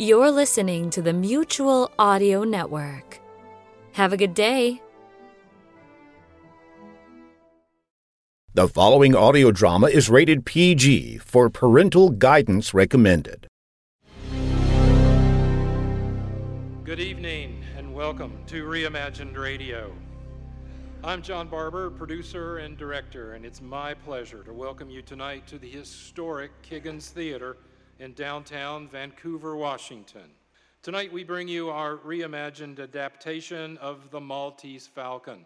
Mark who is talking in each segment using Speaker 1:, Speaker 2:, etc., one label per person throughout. Speaker 1: You're listening to the Mutual Audio Network. Have a good day.
Speaker 2: The following audio drama is rated PG for parental guidance recommended.
Speaker 3: Good evening and welcome to Reimagined Radio. I'm John Barber, producer and director, and it's my pleasure to welcome you tonight to the historic Kiggins Theater in downtown Vancouver, Washington. Tonight we bring you our reimagined adaptation of The Maltese Falcon,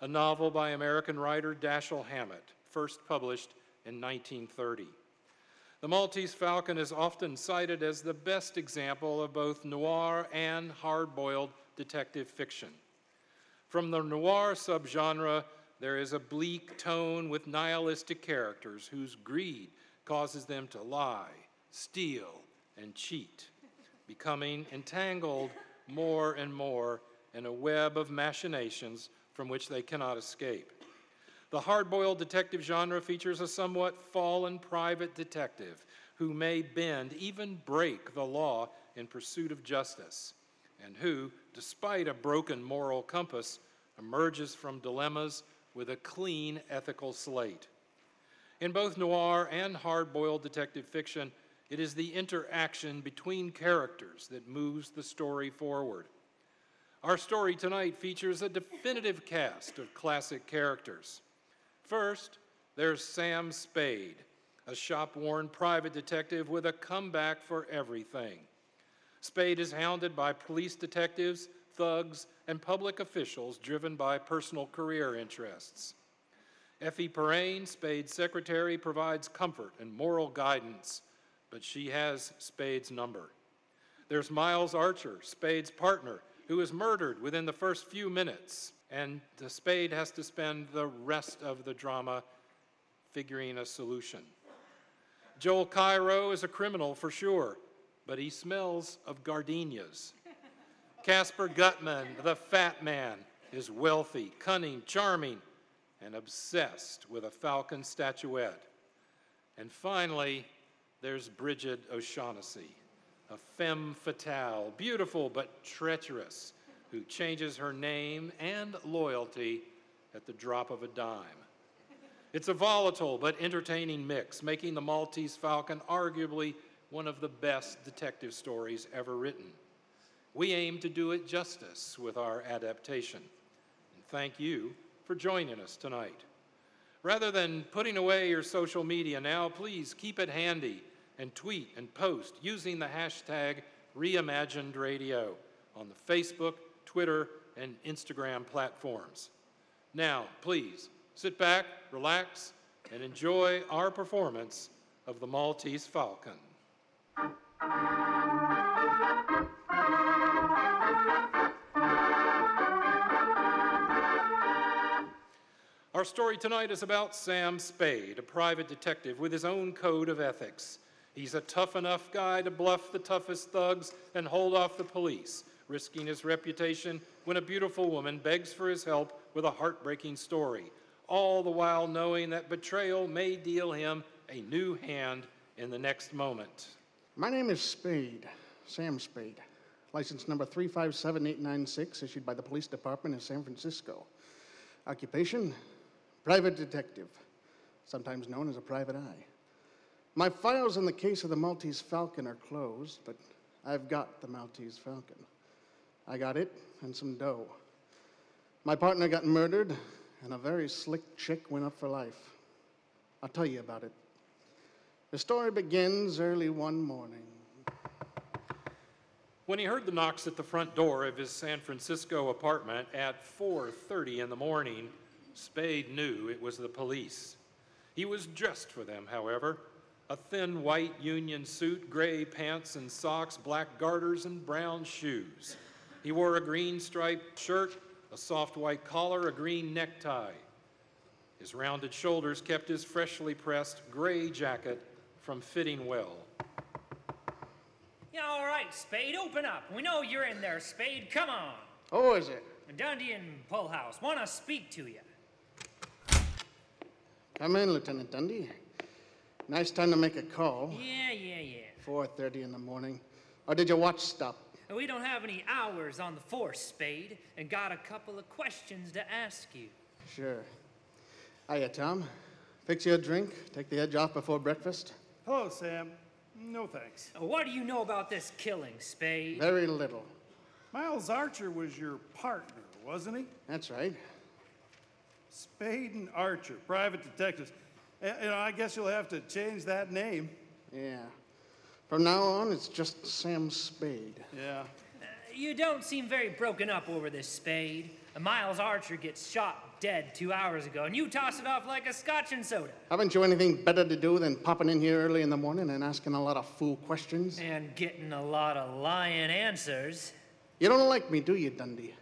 Speaker 3: a novel by American writer Dashiell Hammett, first published in 1930. The Maltese Falcon is often cited as the best example of both noir and hard boiled detective fiction. From the noir subgenre, there is a bleak tone with nihilistic characters whose greed causes them to lie, steal, and cheat, becoming entangled more and more in a web of machinations from which they cannot escape. The hard boiled detective genre features a somewhat fallen private detective who may bend, even break, the law in pursuit of justice, and who, despite a broken moral compass, emerges from dilemmas with a clean ethical slate. In both noir and hard boiled detective fiction, it is the interaction between characters that moves the story forward. Our story tonight features a definitive cast of classic characters. First, there's Sam Spade, a shop worn private detective with a comeback for everything. Spade is hounded by police detectives, thugs, and public officials driven by personal career interests. Effie Perrine, Spade's secretary, provides comfort and moral guidance, but she has Spade's number. There's Miles Archer, Spade's partner, who is murdered within the first few minutes, and the Spade has to spend the rest of the drama figuring a solution. Joel Cairo is a criminal for sure, but he smells of gardenias. Casper Gutman, the fat man, is wealthy, cunning, charming, and obsessed with a falcon statuette. And finally, there's Bridget O'Shaughnessy, a femme fatale, beautiful but treacherous, who changes her name and loyalty at the drop of a dime. It's a volatile but entertaining mix, making The Maltese Falcon arguably one of the best detective stories ever written. We aim to do it justice with our adaptation. And thank you for joining us tonight. Rather than putting away your social media now, please keep it handy and tweet and post using the hashtag reimaginedradio on the Facebook, Twitter, and Instagram platforms. Now, please sit back, relax, and enjoy our performance of The Maltese Falcon. Our story tonight is about Sam Spade, a private detective with his own code of ethics. He's a tough enough guy to bluff the toughest thugs and hold off the police, risking his reputation when a beautiful woman begs for his help with a heartbreaking story, all the while knowing that betrayal may deal him a new hand in the next moment.
Speaker 4: My name is Spade, Sam Spade. License number 357896, issued by the police department in San Francisco. Occupation, private detective, sometimes known as a private eye. My files in the case of the Maltese Falcon are closed, but I've got the Maltese Falcon. I got it and some dough. My partner got murdered, and a very slick chick went up for life. I'll tell you about it. The story begins early one morning.
Speaker 3: When he heard the knocks at the front door of his San Francisco apartment at 4:30 in the morning, Spade knew it was the police. He was dressed for them, however, a thin white union suit, gray pants and socks, black garters and brown shoes. He wore a green striped shirt, a soft white collar, a green necktie. His rounded shoulders kept his freshly pressed gray jacket from fitting well.
Speaker 5: Yeah, all right, Spade, open up. We know you're in there, Spade. Come on.
Speaker 4: Oh, is it?
Speaker 5: Dundee and Pullhouse want to speak to you.
Speaker 4: Come in, Lieutenant Dundee. Nice time to make a call.
Speaker 5: Yeah, yeah, yeah.
Speaker 4: 4.30 in the morning. Or did your watch stop?
Speaker 5: We don't have any hours on the force, Spade, and got a couple of questions to ask you.
Speaker 4: Sure. Hiya, Tom. Fix you a drink. Take the edge off before breakfast.
Speaker 6: Hello, Sam. No thanks.
Speaker 5: Uh, What do you know about this killing, Spade?
Speaker 4: Very little.
Speaker 6: Miles Archer was your partner, wasn't he?
Speaker 4: That's right.
Speaker 6: Spade and Archer, private detectives. Eh, You know, I guess you'll have to change that name.
Speaker 4: Yeah. From now on, it's just Sam Spade.
Speaker 6: Yeah.
Speaker 5: Uh, You don't seem very broken up over this, Spade. Uh, Miles Archer gets shot dead two hours ago, and you toss it off like a scotch and soda.
Speaker 4: Haven't you anything better to do than popping in here early in the morning and asking a lot of fool questions?
Speaker 5: And getting a lot of lying answers.
Speaker 4: You don't like me, do you, Dundee?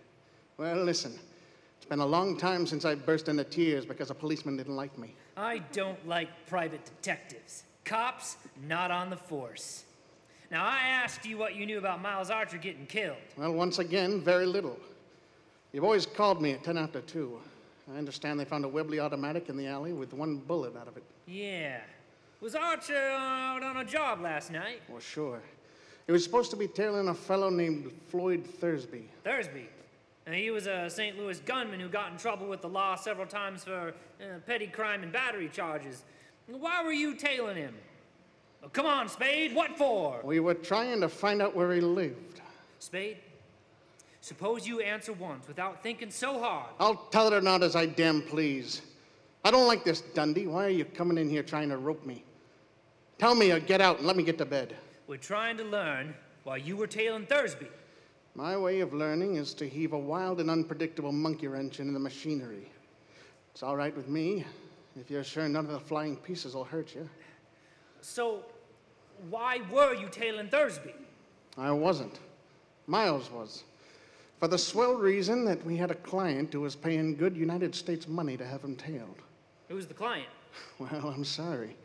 Speaker 4: Well, listen. It's been a long time since I burst into tears because a policeman didn't like me.
Speaker 5: I don't like private detectives. Cops, not on the force. Now, I asked you what you knew about Miles Archer getting killed.
Speaker 4: Well, once again, very little. You've always called me at 10 after 2. I understand they found a Webley automatic in the alley with one bullet out of it.
Speaker 5: Yeah. Was Archer out on a job last night?
Speaker 4: Well, sure. It was supposed to be tailing a fellow named Floyd Thursby.
Speaker 5: Thursby. Uh, he was a St. Louis gunman who got in trouble with the law several times for uh, petty crime and battery charges. Why were you tailing him? Oh, come on, Spade, what for?
Speaker 4: We were trying to find out where he lived.
Speaker 5: Spade, suppose you answer once without thinking so hard.
Speaker 4: I'll tell it or not as I damn please. I don't like this, Dundee. Why are you coming in here trying to rope me? Tell me or get out and let me get to bed.
Speaker 5: We're trying to learn why you were tailing Thursby.
Speaker 4: My way of learning is to heave a wild and unpredictable monkey wrench into the machinery. It's all right with me if you're sure none of the flying pieces will hurt you.
Speaker 5: So, why were you tailing Thursby?
Speaker 4: I wasn't. Miles was. For the swell reason that we had a client who was paying good United States money to have him tailed.
Speaker 5: Who's the client?
Speaker 4: Well, I'm sorry.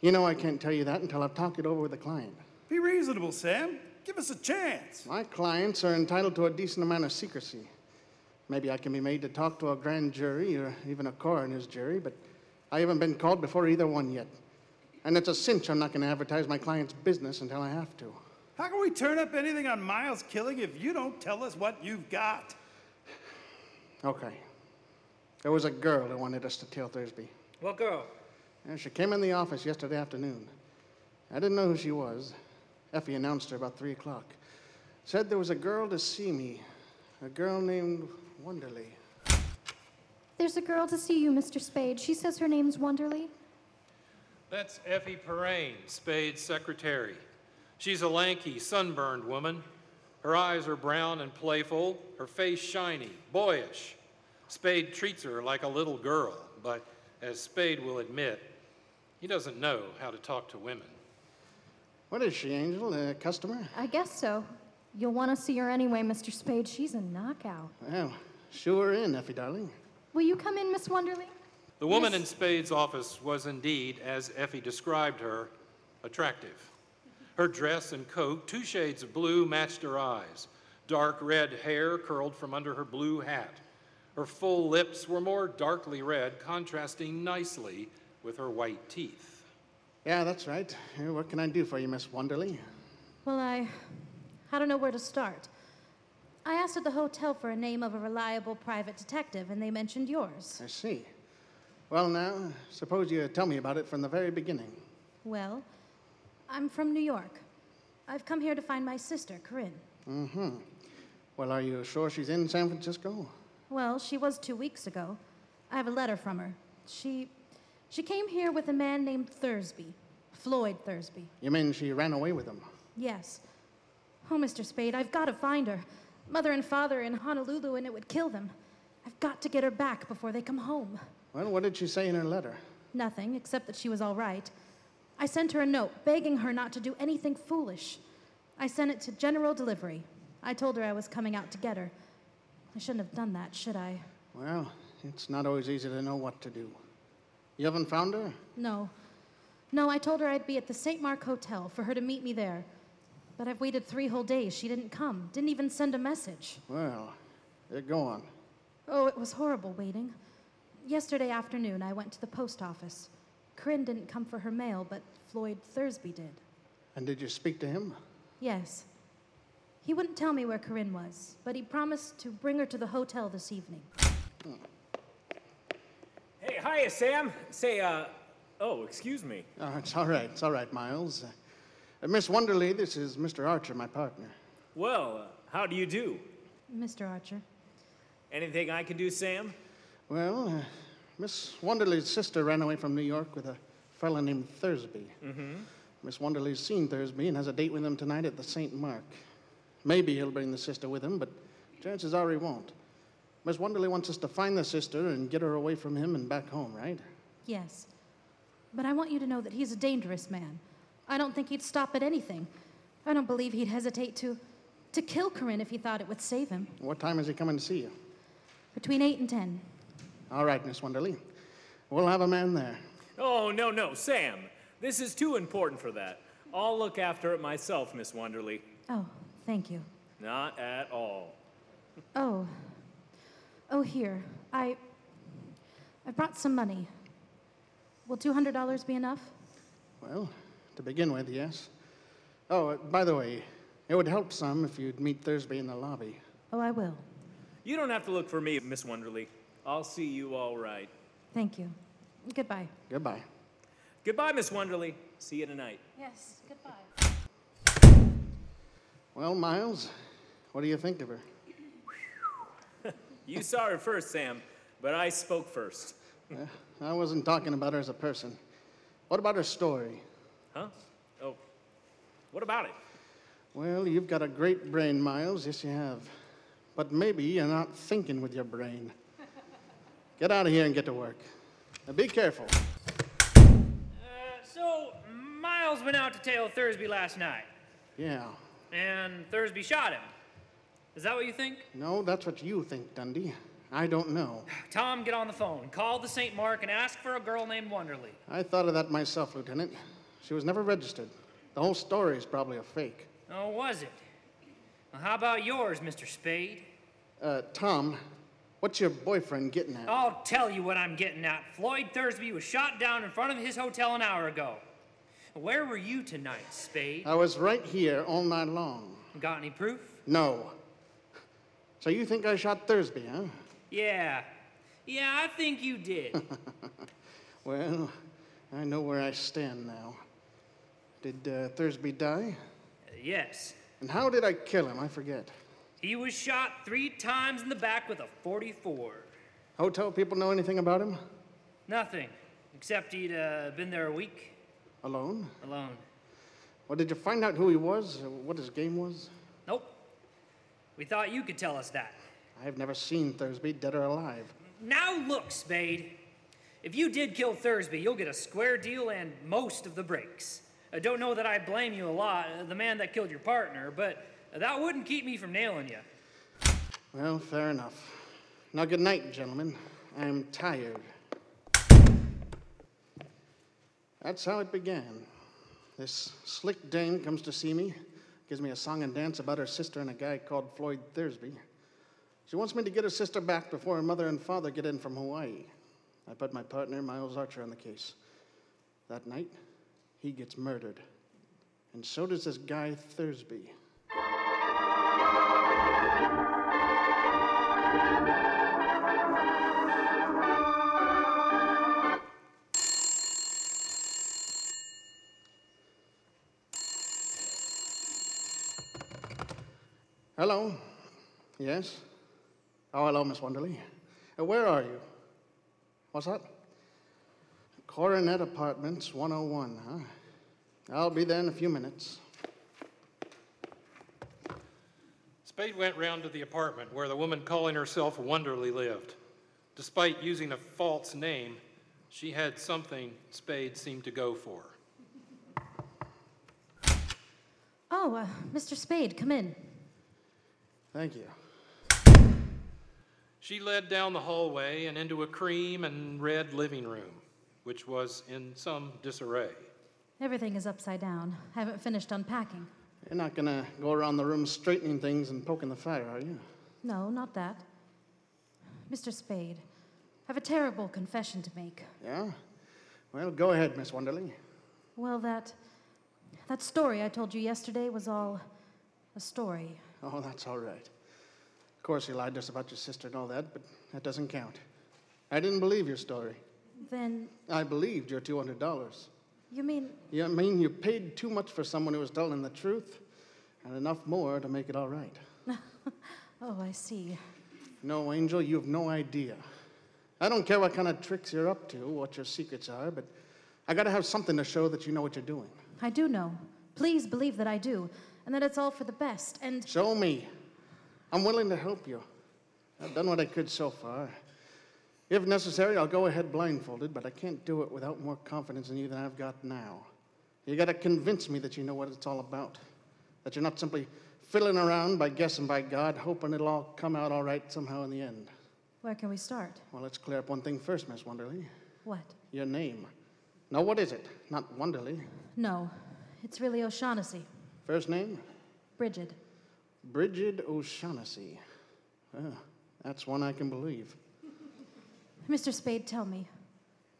Speaker 4: You know I can't tell you that until I've talked it over with the client.
Speaker 6: Be reasonable, Sam. Give us a chance.
Speaker 4: My clients are entitled to a decent amount of secrecy. Maybe I can be made to talk to a grand jury or even a coroner's jury, but I haven't been called before either one yet. And it's a cinch I'm not going to advertise my client's business until I have to.
Speaker 6: How can we turn up anything on Miles' killing if you don't tell us what you've got?
Speaker 4: Okay. There was a girl who wanted us to tail Thursby.
Speaker 5: What girl?
Speaker 4: Yeah, she came in the office yesterday afternoon. I didn't know who she was. Effie announced her about 3 o'clock. Said there was a girl to see me, a girl named Wonderly.
Speaker 7: There's a girl to see you, Mr. Spade. She says her name's Wonderly.
Speaker 3: That's Effie Perrine, Spade's secretary. She's a lanky, sunburned woman. Her eyes are brown and playful, her face shiny, boyish. Spade treats her like a little girl, but as Spade will admit, he doesn't know how to talk to women.
Speaker 4: What is she, Angel? A customer?
Speaker 7: I guess so. You'll want to see her anyway, Mr. Spade. She's a knockout.
Speaker 4: Well, sure in, Effie, darling.
Speaker 7: Will you come in, Miss Wonderly?
Speaker 3: The woman in Spade's office was indeed, as Effie described her, attractive. Her dress and coat, two shades of blue, matched her eyes. Dark red hair curled from under her blue hat. Her full lips were more darkly red, contrasting nicely with her white teeth.
Speaker 4: Yeah, that's right. Here, What can I do for you, Miss Wonderly?
Speaker 7: Well, I. I don't know where to start. I asked at the hotel for a name of a reliable private detective, and they mentioned yours.
Speaker 4: I see. Well, now, suppose you tell me about it from the very beginning.
Speaker 7: Well, I'm from New York. I've come here to find my sister, Corinne.
Speaker 4: Mm-hmm. Well, are you sure she's in San Francisco?
Speaker 7: Well, she was two weeks ago. I have a letter from her. She. She came here with a man named Thursby, Floyd Thursby.
Speaker 4: You mean she ran away with him?
Speaker 7: Yes. Oh, Mr. Spade, I've got to find her. Mother and father are in Honolulu, and it would kill them. I've got to get her back before they come home.
Speaker 4: Well, what did she say in her letter?
Speaker 7: Nothing, except that she was all right. I sent her a note begging her not to do anything foolish. I sent it to General Delivery. I told her I was coming out to get her. I shouldn't have done that, should I?
Speaker 4: Well, it's not always easy to know what to do. You haven't found her?
Speaker 7: No. No, I told her I'd be at the St. Mark Hotel for her to meet me there. But I've waited three whole days. She didn't come, didn't even send a message.
Speaker 4: Well, uh, they're gone.
Speaker 7: Oh, it was horrible waiting. Yesterday afternoon, I went to the post office. Corinne didn't come for her mail, but Floyd Thursby did.
Speaker 4: And did you speak to him?
Speaker 7: Yes. He wouldn't tell me where Corinne was, but he promised to bring her to the hotel this evening.
Speaker 8: Hey, hiya, Sam. Say, uh, oh, excuse me.
Speaker 4: Oh, it's all right. It's all right, Miles. Uh, Miss Wonderly, this is Mr. Archer, my partner.
Speaker 8: Well, uh, how do you do?
Speaker 7: Mr. Archer.
Speaker 8: Anything I can do, Sam?
Speaker 4: Well, uh, Miss Wonderly's sister ran away from New York with a fellow named Thursby. Mm-hmm. Miss Wonderly's seen Thursby and has a date with him tonight at the St. Mark. Maybe he'll bring the sister with him, but chances are he won't. Miss Wonderly wants us to find the sister and get her away from him and back home, right?
Speaker 7: Yes. But I want you to know that he's a dangerous man. I don't think he'd stop at anything. I don't believe he'd hesitate to to kill Corinne if he thought it would save him.
Speaker 4: What time is he coming to see you?
Speaker 7: Between 8 and 10.
Speaker 4: All right, Miss Wonderly. We'll have a man there.
Speaker 8: Oh, no, no, Sam. This is too important for that. I'll look after it myself, Miss Wonderly.
Speaker 7: Oh, thank you.
Speaker 8: Not at all.
Speaker 7: Oh. Oh, here. I I brought some money. Will $200 be enough?
Speaker 4: Well, to begin with, yes. Oh, uh, by the way, it would help some if you'd meet Thursby in the lobby.
Speaker 7: Oh, I will.
Speaker 8: You don't have to look for me, Miss Wonderly. I'll see you all right.
Speaker 7: Thank you. Goodbye.
Speaker 4: Goodbye.
Speaker 8: Goodbye, Miss Wonderly. See you tonight.
Speaker 7: Yes, goodbye.
Speaker 4: Well, Miles, what do you think of her?
Speaker 8: You saw her first, Sam, but I spoke first.
Speaker 4: Uh, I wasn't talking about her as a person. What about her story?
Speaker 8: Huh? Oh. What about it?
Speaker 4: Well, you've got a great brain, Miles. Yes, you have. But maybe you're not thinking with your brain. Get out of here and get to work. Now be careful.
Speaker 5: Uh, so, Miles went out to tail Thursby last night,
Speaker 4: Yeah.
Speaker 5: and Thursby shot him. Is that what you think?
Speaker 4: No, that's what you think, Dundee. I don't know.
Speaker 5: Tom, get on the phone. Call the St. Mark and ask for a girl named Wonderly.
Speaker 4: I thought of that myself, Lieutenant. She was never registered. The whole story is probably a fake.
Speaker 5: Oh, was it? Well, how about yours, Mr. Spade?
Speaker 4: Uh, Tom, what's your boyfriend getting at?
Speaker 5: I'll tell you what I'm getting at. Floyd Thursby was shot down in front of his hotel an hour ago. Where were you tonight, Spade?
Speaker 4: I was right here all night long.
Speaker 5: Got any proof?
Speaker 4: No. So you think I shot Thursby, huh?
Speaker 5: Yeah. Yeah, I think you did.
Speaker 4: Well, I know where I stand now. Did uh, Thursby die?
Speaker 5: yes.
Speaker 4: And how did I kill him? I forget.
Speaker 5: He was shot three times in the back with a 44.
Speaker 4: Hotel people know anything about him?
Speaker 5: Nothing, except he'd uh, been there a week
Speaker 4: Alone?
Speaker 5: alone.
Speaker 4: Well, did you find out who he was? uh, What his game was?
Speaker 5: Nope. We thought you could tell us that.
Speaker 4: I have never seen Thursby, dead or alive.
Speaker 5: Now look, Spade. If you did kill Thursby, you'll get a square deal and most of the breaks. I don't know that I blame you a lot, uh, the man that killed your partner, but that wouldn't keep me from nailing you.
Speaker 4: Well, fair enough. Now, good night, gentlemen. I'm tired. That's how it began. This slick dame comes to see me, gives me a song and dance about her sister and a guy called Floyd Thursby. She wants me to get her sister back before her mother and father get in from Hawaii. I put my partner, Miles Archer, on the case. That night, he gets murdered. And so does this guy, Thursby. Hello? Yes? Oh, hello, Miss Wonderly. Uh, where are you? What's that? Coronet Apartments 101, huh? I'll be there in a few minutes.
Speaker 3: Spade went round to the apartment where the woman calling herself Wonderly lived. Despite using a false name, she had something Spade seemed to go for.
Speaker 7: Oh, uh, Mr. Spade, come in.
Speaker 4: Thank you.
Speaker 3: She led down the hallway and into a cream and red living room, which was in some disarray.
Speaker 7: Everything is upside down. I haven't finished unpacking.
Speaker 4: You're not gonna go around the room straightening things and poking the fire, are you?
Speaker 7: No, not that. Mr. Spade, I have a terrible confession to make.
Speaker 4: Yeah? Well, go ahead, Miss Wonderling.
Speaker 7: Well, that. that story I told you yesterday was all a story.
Speaker 4: Oh, that's all right. Of course, you lied to us about your sister and all that, but that doesn't count. I didn't believe your story.
Speaker 7: Then,
Speaker 4: I believed your $200.
Speaker 7: you mean.
Speaker 4: You mean you paid too much for someone who was telling the truth, and enough more to make it all right.
Speaker 7: Oh, I see.
Speaker 4: No, Angel, you have no idea. I don't care what kind of tricks you're up to, what your secrets are, but I gotta have something to show that you know what you're doing.
Speaker 7: I do know. Please believe that I do, and that it's all for the best, and.
Speaker 4: Show me. I'm willing to help you. I've done what I could so far. If necessary, I'll go ahead blindfolded, but I can't do it without more confidence in you than I've got now. You gotta convince me that you know what it's all about. That you're not simply fiddling around by guessing by God, hoping it'll all come out all right somehow in the end.
Speaker 7: Where can we start?
Speaker 4: Well, let's clear up one thing first, Miss Wonderly.
Speaker 7: What?
Speaker 4: Your name. Now, what is it? Not Wonderly.
Speaker 7: No, it's really O'Shaughnessy.
Speaker 4: First name?
Speaker 7: Bridget.
Speaker 4: Bridget O'Shaughnessy. Ah, that's one I can believe.
Speaker 7: Mr. Spade, tell me.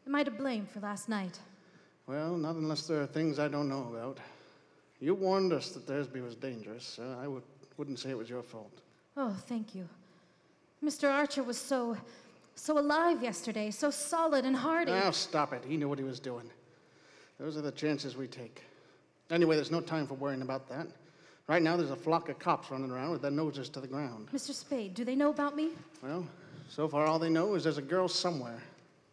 Speaker 7: Am I to blame for last night?
Speaker 4: Well, not unless there are things I don't know about. You warned us that Thursby was dangerous, so I would, wouldn't say it was your fault.
Speaker 7: Oh, thank you. Mr. Archer was so. so alive yesterday, so solid and hearty.
Speaker 4: Now, stop it. He knew what he was doing. Those are the chances we take. Anyway, there's no time for worrying about that. Right now, there's a flock of cops running around with their noses to the ground.
Speaker 7: Mr. Spade, do they know about me?
Speaker 4: Well, so far, all they know is there's a girl somewhere.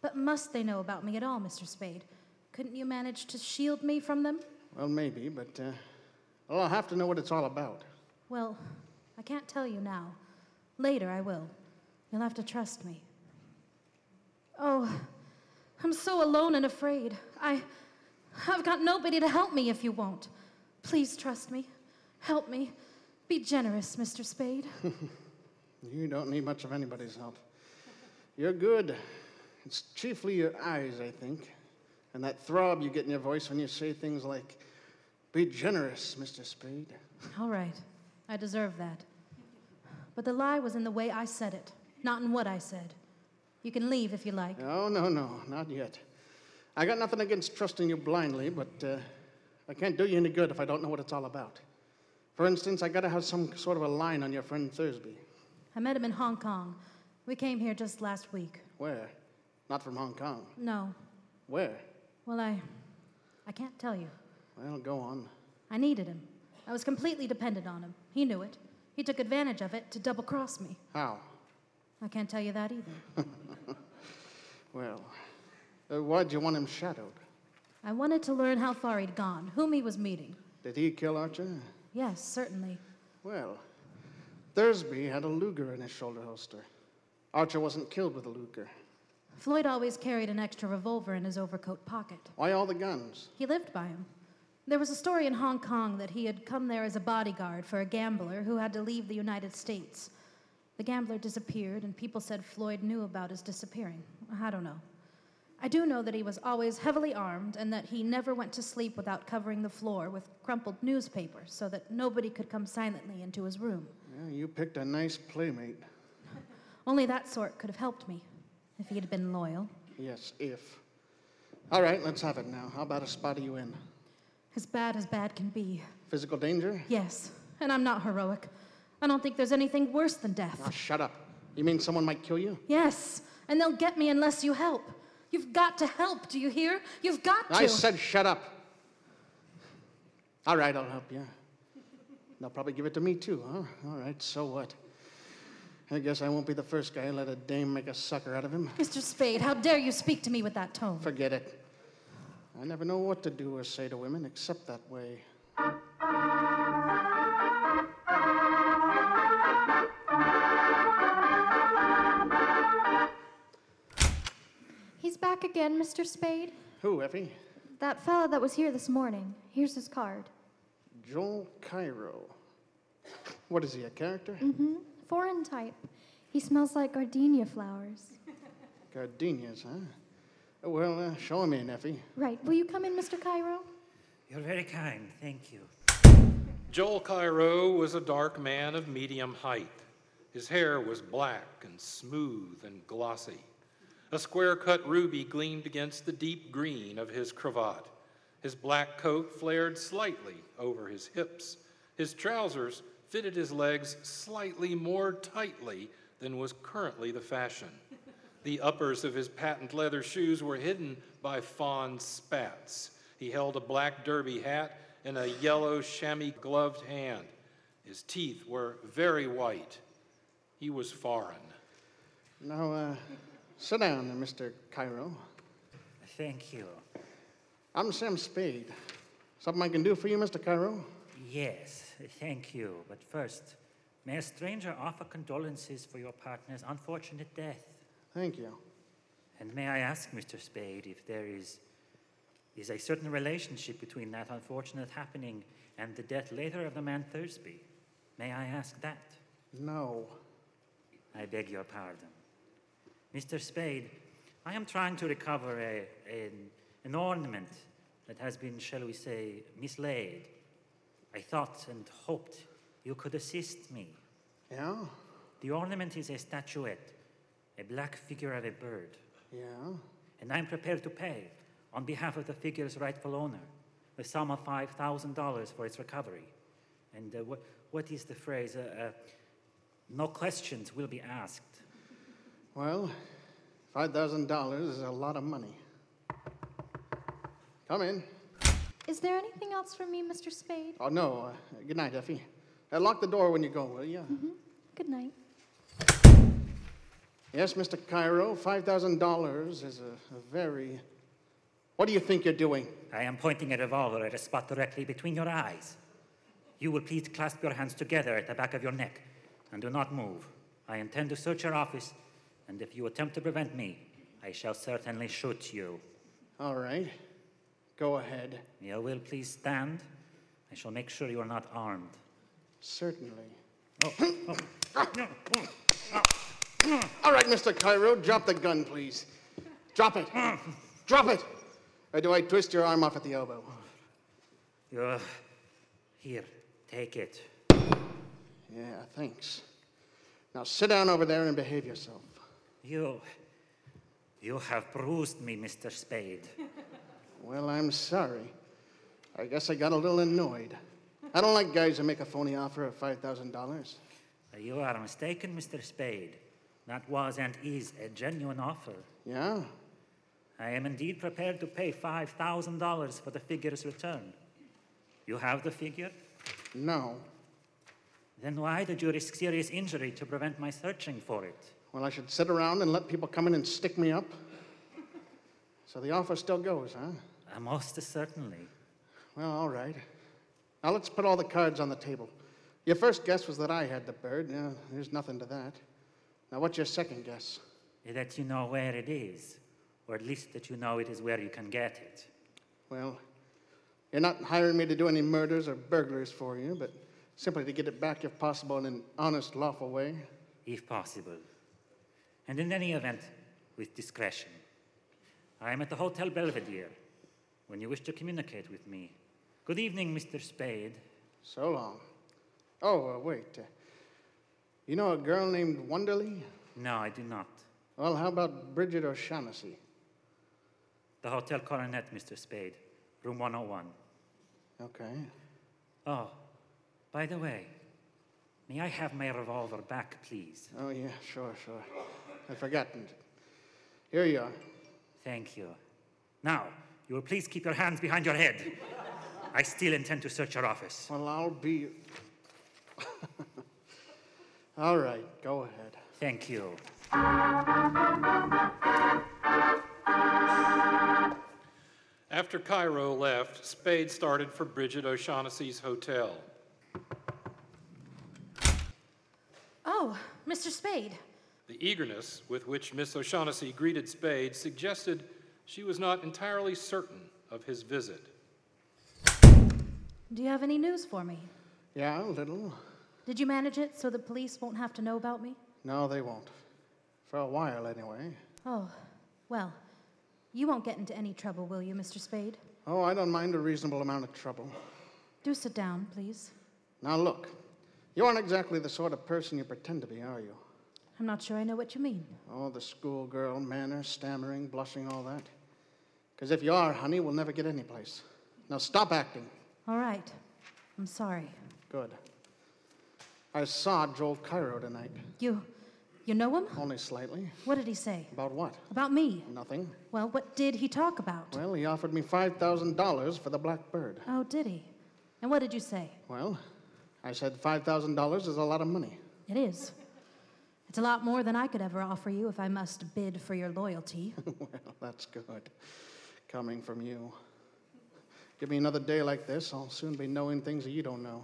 Speaker 7: But must they know about me at all, Mr. Spade? Couldn't you manage to shield me from them?
Speaker 4: Well, maybe, but uh, well, I'll have to know what it's all about.
Speaker 7: Well, I can't tell you now. Later I will. You'll have to trust me. Oh, I'm so alone and afraid. I I've got nobody to help me if you won't. Please trust me. Help me. Be generous, Mr. Spade.
Speaker 4: You don't need much of anybody's help. You're good. It's chiefly your eyes, I think, and that throb you get in your voice when you say things like, Be generous, Mr. Spade.
Speaker 7: All right. I deserve that. But the lie was in the way I said it, not in what I said. You can leave if you like.
Speaker 4: No, no, no, not yet. I got nothing against trusting you blindly, but uh, I can't do you any good if I don't know what it's all about. For instance, I gotta have some sort of a line on your friend Thursby.
Speaker 7: I met him in Hong Kong. We came here just last week.
Speaker 4: Where? Not from Hong Kong.
Speaker 7: No.
Speaker 4: Where?
Speaker 7: Well, I I can't tell you.
Speaker 4: Well, go on.
Speaker 7: I needed him. I was completely dependent on him. He knew it. He took advantage of it to double cross me.
Speaker 4: How?
Speaker 7: I can't tell you that either.
Speaker 4: Well, uh, why'd you want him shadowed?
Speaker 7: I wanted to learn how far he'd gone, whom he was meeting.
Speaker 4: Did he kill Archer?
Speaker 7: Yes, certainly.
Speaker 4: Well, Thursby had a Luger in his shoulder holster. Archer wasn't killed with a Luger.
Speaker 7: Floyd always carried an extra revolver in his overcoat pocket.
Speaker 4: Why all the guns?
Speaker 7: He lived by him. There was a story in Hong Kong that he had come there as a bodyguard for a gambler who had to leave the United States. The gambler disappeared, and people said Floyd knew about his disappearing. I don't know. I do know that he was always heavily armed and that he never went to sleep without covering the floor with crumpled newspaper so that nobody could come silently into his room.
Speaker 4: Yeah, you picked a nice playmate.
Speaker 7: Only that sort could have helped me if he had been loyal.
Speaker 4: Yes, if. All right, let's have it now. How about a spot you in?
Speaker 7: As bad as bad can be.
Speaker 4: Physical danger?
Speaker 7: Yes, and I'm not heroic. I don't think there's anything worse than death.
Speaker 4: Ah, shut up. You mean someone might kill you?
Speaker 7: Yes, and they'll get me unless you help. You've got to help, do you hear? You've got to.
Speaker 4: I said shut up. All right, I'll help you. They'll probably give it to me too, huh? All right, so what? I guess I won't be the first guy to let a dame make a sucker out of him.
Speaker 7: Mr. Spade, how dare you speak to me with that tone?
Speaker 4: Forget it. I never know what to do or say to women except that way.
Speaker 9: He's back again, Mr. Spade.
Speaker 4: Who, Effie?
Speaker 9: That fella that was here this morning. Here's his card.
Speaker 4: Joel Cairo. What is he, a character?
Speaker 9: Mm-hmm. Foreign type. He smells like gardenia flowers.
Speaker 4: Gardenias, huh? Oh, Well, uh, show him in, Effie.
Speaker 9: Right. Will you come in, Mr. Cairo?
Speaker 5: You're very kind, thank you.
Speaker 3: Joel Cairo was a dark man of medium height. His hair was black and smooth and glossy. A square cut ruby gleamed against the deep green of his cravat. His black coat flared slightly over his hips. His trousers fitted his legs slightly more tightly than was currently the fashion. The uppers of his patent leather shoes were hidden by fawn spats. He held a black derby hat in a yellow chamois gloved hand. His teeth were very white. He was foreign.
Speaker 4: Now, uh, sit down, Mr. Cairo.
Speaker 5: Thank you.
Speaker 4: I'm Sam Spade. Something I can do for you, Mr. Cairo?
Speaker 10: Yes, thank you. But first, may a stranger offer condolences for your partner's unfortunate death?
Speaker 4: Thank you.
Speaker 10: And may I ask, Mr. Spade, if there is is a certain relationship between that unfortunate happening and the death later of the man Thursby? May I ask that?
Speaker 4: No.
Speaker 10: I beg your pardon. Mr. Spade, I am trying to recover a, an, an ornament that has been, shall we say, mislaid. I thought and hoped you could assist me.
Speaker 4: Yeah?
Speaker 10: The ornament is a statuette, a black figure of a bird,
Speaker 4: Yeah?
Speaker 10: and I'm prepared to pay, on behalf of the figure's rightful owner, the sum of $5,000 for its recovery. And uh, wh- what is the phrase? Uh, uh, no questions will be asked.
Speaker 4: Well, $5,000 is a lot of money. Come in.
Speaker 9: Is there anything else for me, Mr. Spade?
Speaker 4: Oh, no. Uh, good night, Effie. Uh, lock the door when you go, will you?
Speaker 9: Good night.
Speaker 4: Yes, Mr. Cairo, $5,000 is a, a very. What do you think you're doing?
Speaker 10: I am pointing a revolver at a spot directly between your eyes. You will please clasp your hands together at the back of your neck and do not move. I intend to search your office, and if you attempt to prevent me, I shall certainly shoot you.
Speaker 4: All right. Go ahead.
Speaker 10: You will please stand. I shall make sure you are not armed.
Speaker 4: Certainly.
Speaker 10: Oh, oh.
Speaker 4: All right, Mr. Cairo, drop the gun, please. Drop it. Drop it. Or do I twist your arm off at the elbow?
Speaker 10: You- uh, here, take it.
Speaker 4: Yeah, thanks. Now sit down over there and behave yourself.
Speaker 10: You. You have bruised me, Mr. Spade.
Speaker 4: Well, I'm sorry. I guess I got a little annoyed. I don't like guys who make a phony offer of $5,000.
Speaker 10: You are mistaken, Mr. Spade. That was and is a genuine offer.
Speaker 4: Yeah?
Speaker 10: I am indeed prepared to pay $5,000 for the figure's return. You have the figure?
Speaker 4: No.
Speaker 10: Then why did you risk serious injury to prevent my searching for it?
Speaker 4: Well, I should sit around and let people come in and stick me up. So the offer still goes, huh?
Speaker 10: Uh, most certainly.
Speaker 4: Well, all right. Now let's put all the cards on the table. Your first guess was that I had the bird. Yeah, there's nothing to that. Now, what's your second guess?
Speaker 10: That you know where it is, or at least that you know it is where you can get it.
Speaker 4: Well, you're not hiring me to do any murders or burglaries for you, but simply to get it back if possible in an honest, lawful way.
Speaker 10: if possible. And in any event, with discretion. I am at the Hotel Belvedere when you wish to communicate with me. Good evening, Mr. Spade.
Speaker 4: So long. Oh, uh, wait. Uh, You know a girl named Wonderly?
Speaker 10: No, I do not.
Speaker 4: Well, how about Bridget O'Shaughnessy?
Speaker 10: The Hotel Coronet, Mr. Spade, room 101.
Speaker 4: Okay.
Speaker 10: Oh, by the way, may I have my revolver back, please?
Speaker 4: Oh, yeah, sure, sure. I'd forgotten. Here you are.
Speaker 10: Thank you. Now, you will please keep your hands behind your head. I still intend to search your office.
Speaker 4: Well, I'll be. All right, go ahead.
Speaker 10: Thank you.
Speaker 3: After Cairo left, Spade started for Bridget O'Shaughnessy's hotel.
Speaker 7: Oh, Mr. Spade.
Speaker 3: The eagerness with which Miss O'Shaughnessy greeted Spade suggested she was not entirely certain of his visit.
Speaker 7: Do you have any news for me?
Speaker 4: Yeah, a little.
Speaker 7: Did you manage it so the police won't have to know about me?
Speaker 4: No, they won't. For a while, anyway.
Speaker 7: Oh, well, you won't get into any trouble, will you, Mr. Spade?
Speaker 4: Oh, I don't mind a reasonable amount of trouble.
Speaker 7: Do sit down, please.
Speaker 4: Now, look, you aren't exactly the sort of person you pretend to be, are you?
Speaker 7: I'm not sure I know what you mean.
Speaker 4: Oh, the schoolgirl manner, stammering, blushing, all that. Because if you are, honey, we'll never get any place. Now, stop acting.
Speaker 7: All right. I'm sorry.
Speaker 4: Good. I saw Joel Cairo tonight.
Speaker 7: You. you know him?
Speaker 4: Only slightly.
Speaker 7: What did he say?
Speaker 4: About what?
Speaker 7: About me?
Speaker 4: Nothing.
Speaker 7: Well, what did he talk about?
Speaker 4: Well, he offered me $5,000 for the blackbird.
Speaker 7: Oh, did he? And what did you say?
Speaker 4: Well, I said $5,000 is a lot of money.
Speaker 7: It is. It's a lot more than I could ever offer you if I must bid for your loyalty.
Speaker 4: well, that's good. Coming from you. Give me another day like this, I'll soon be knowing things that you don't know.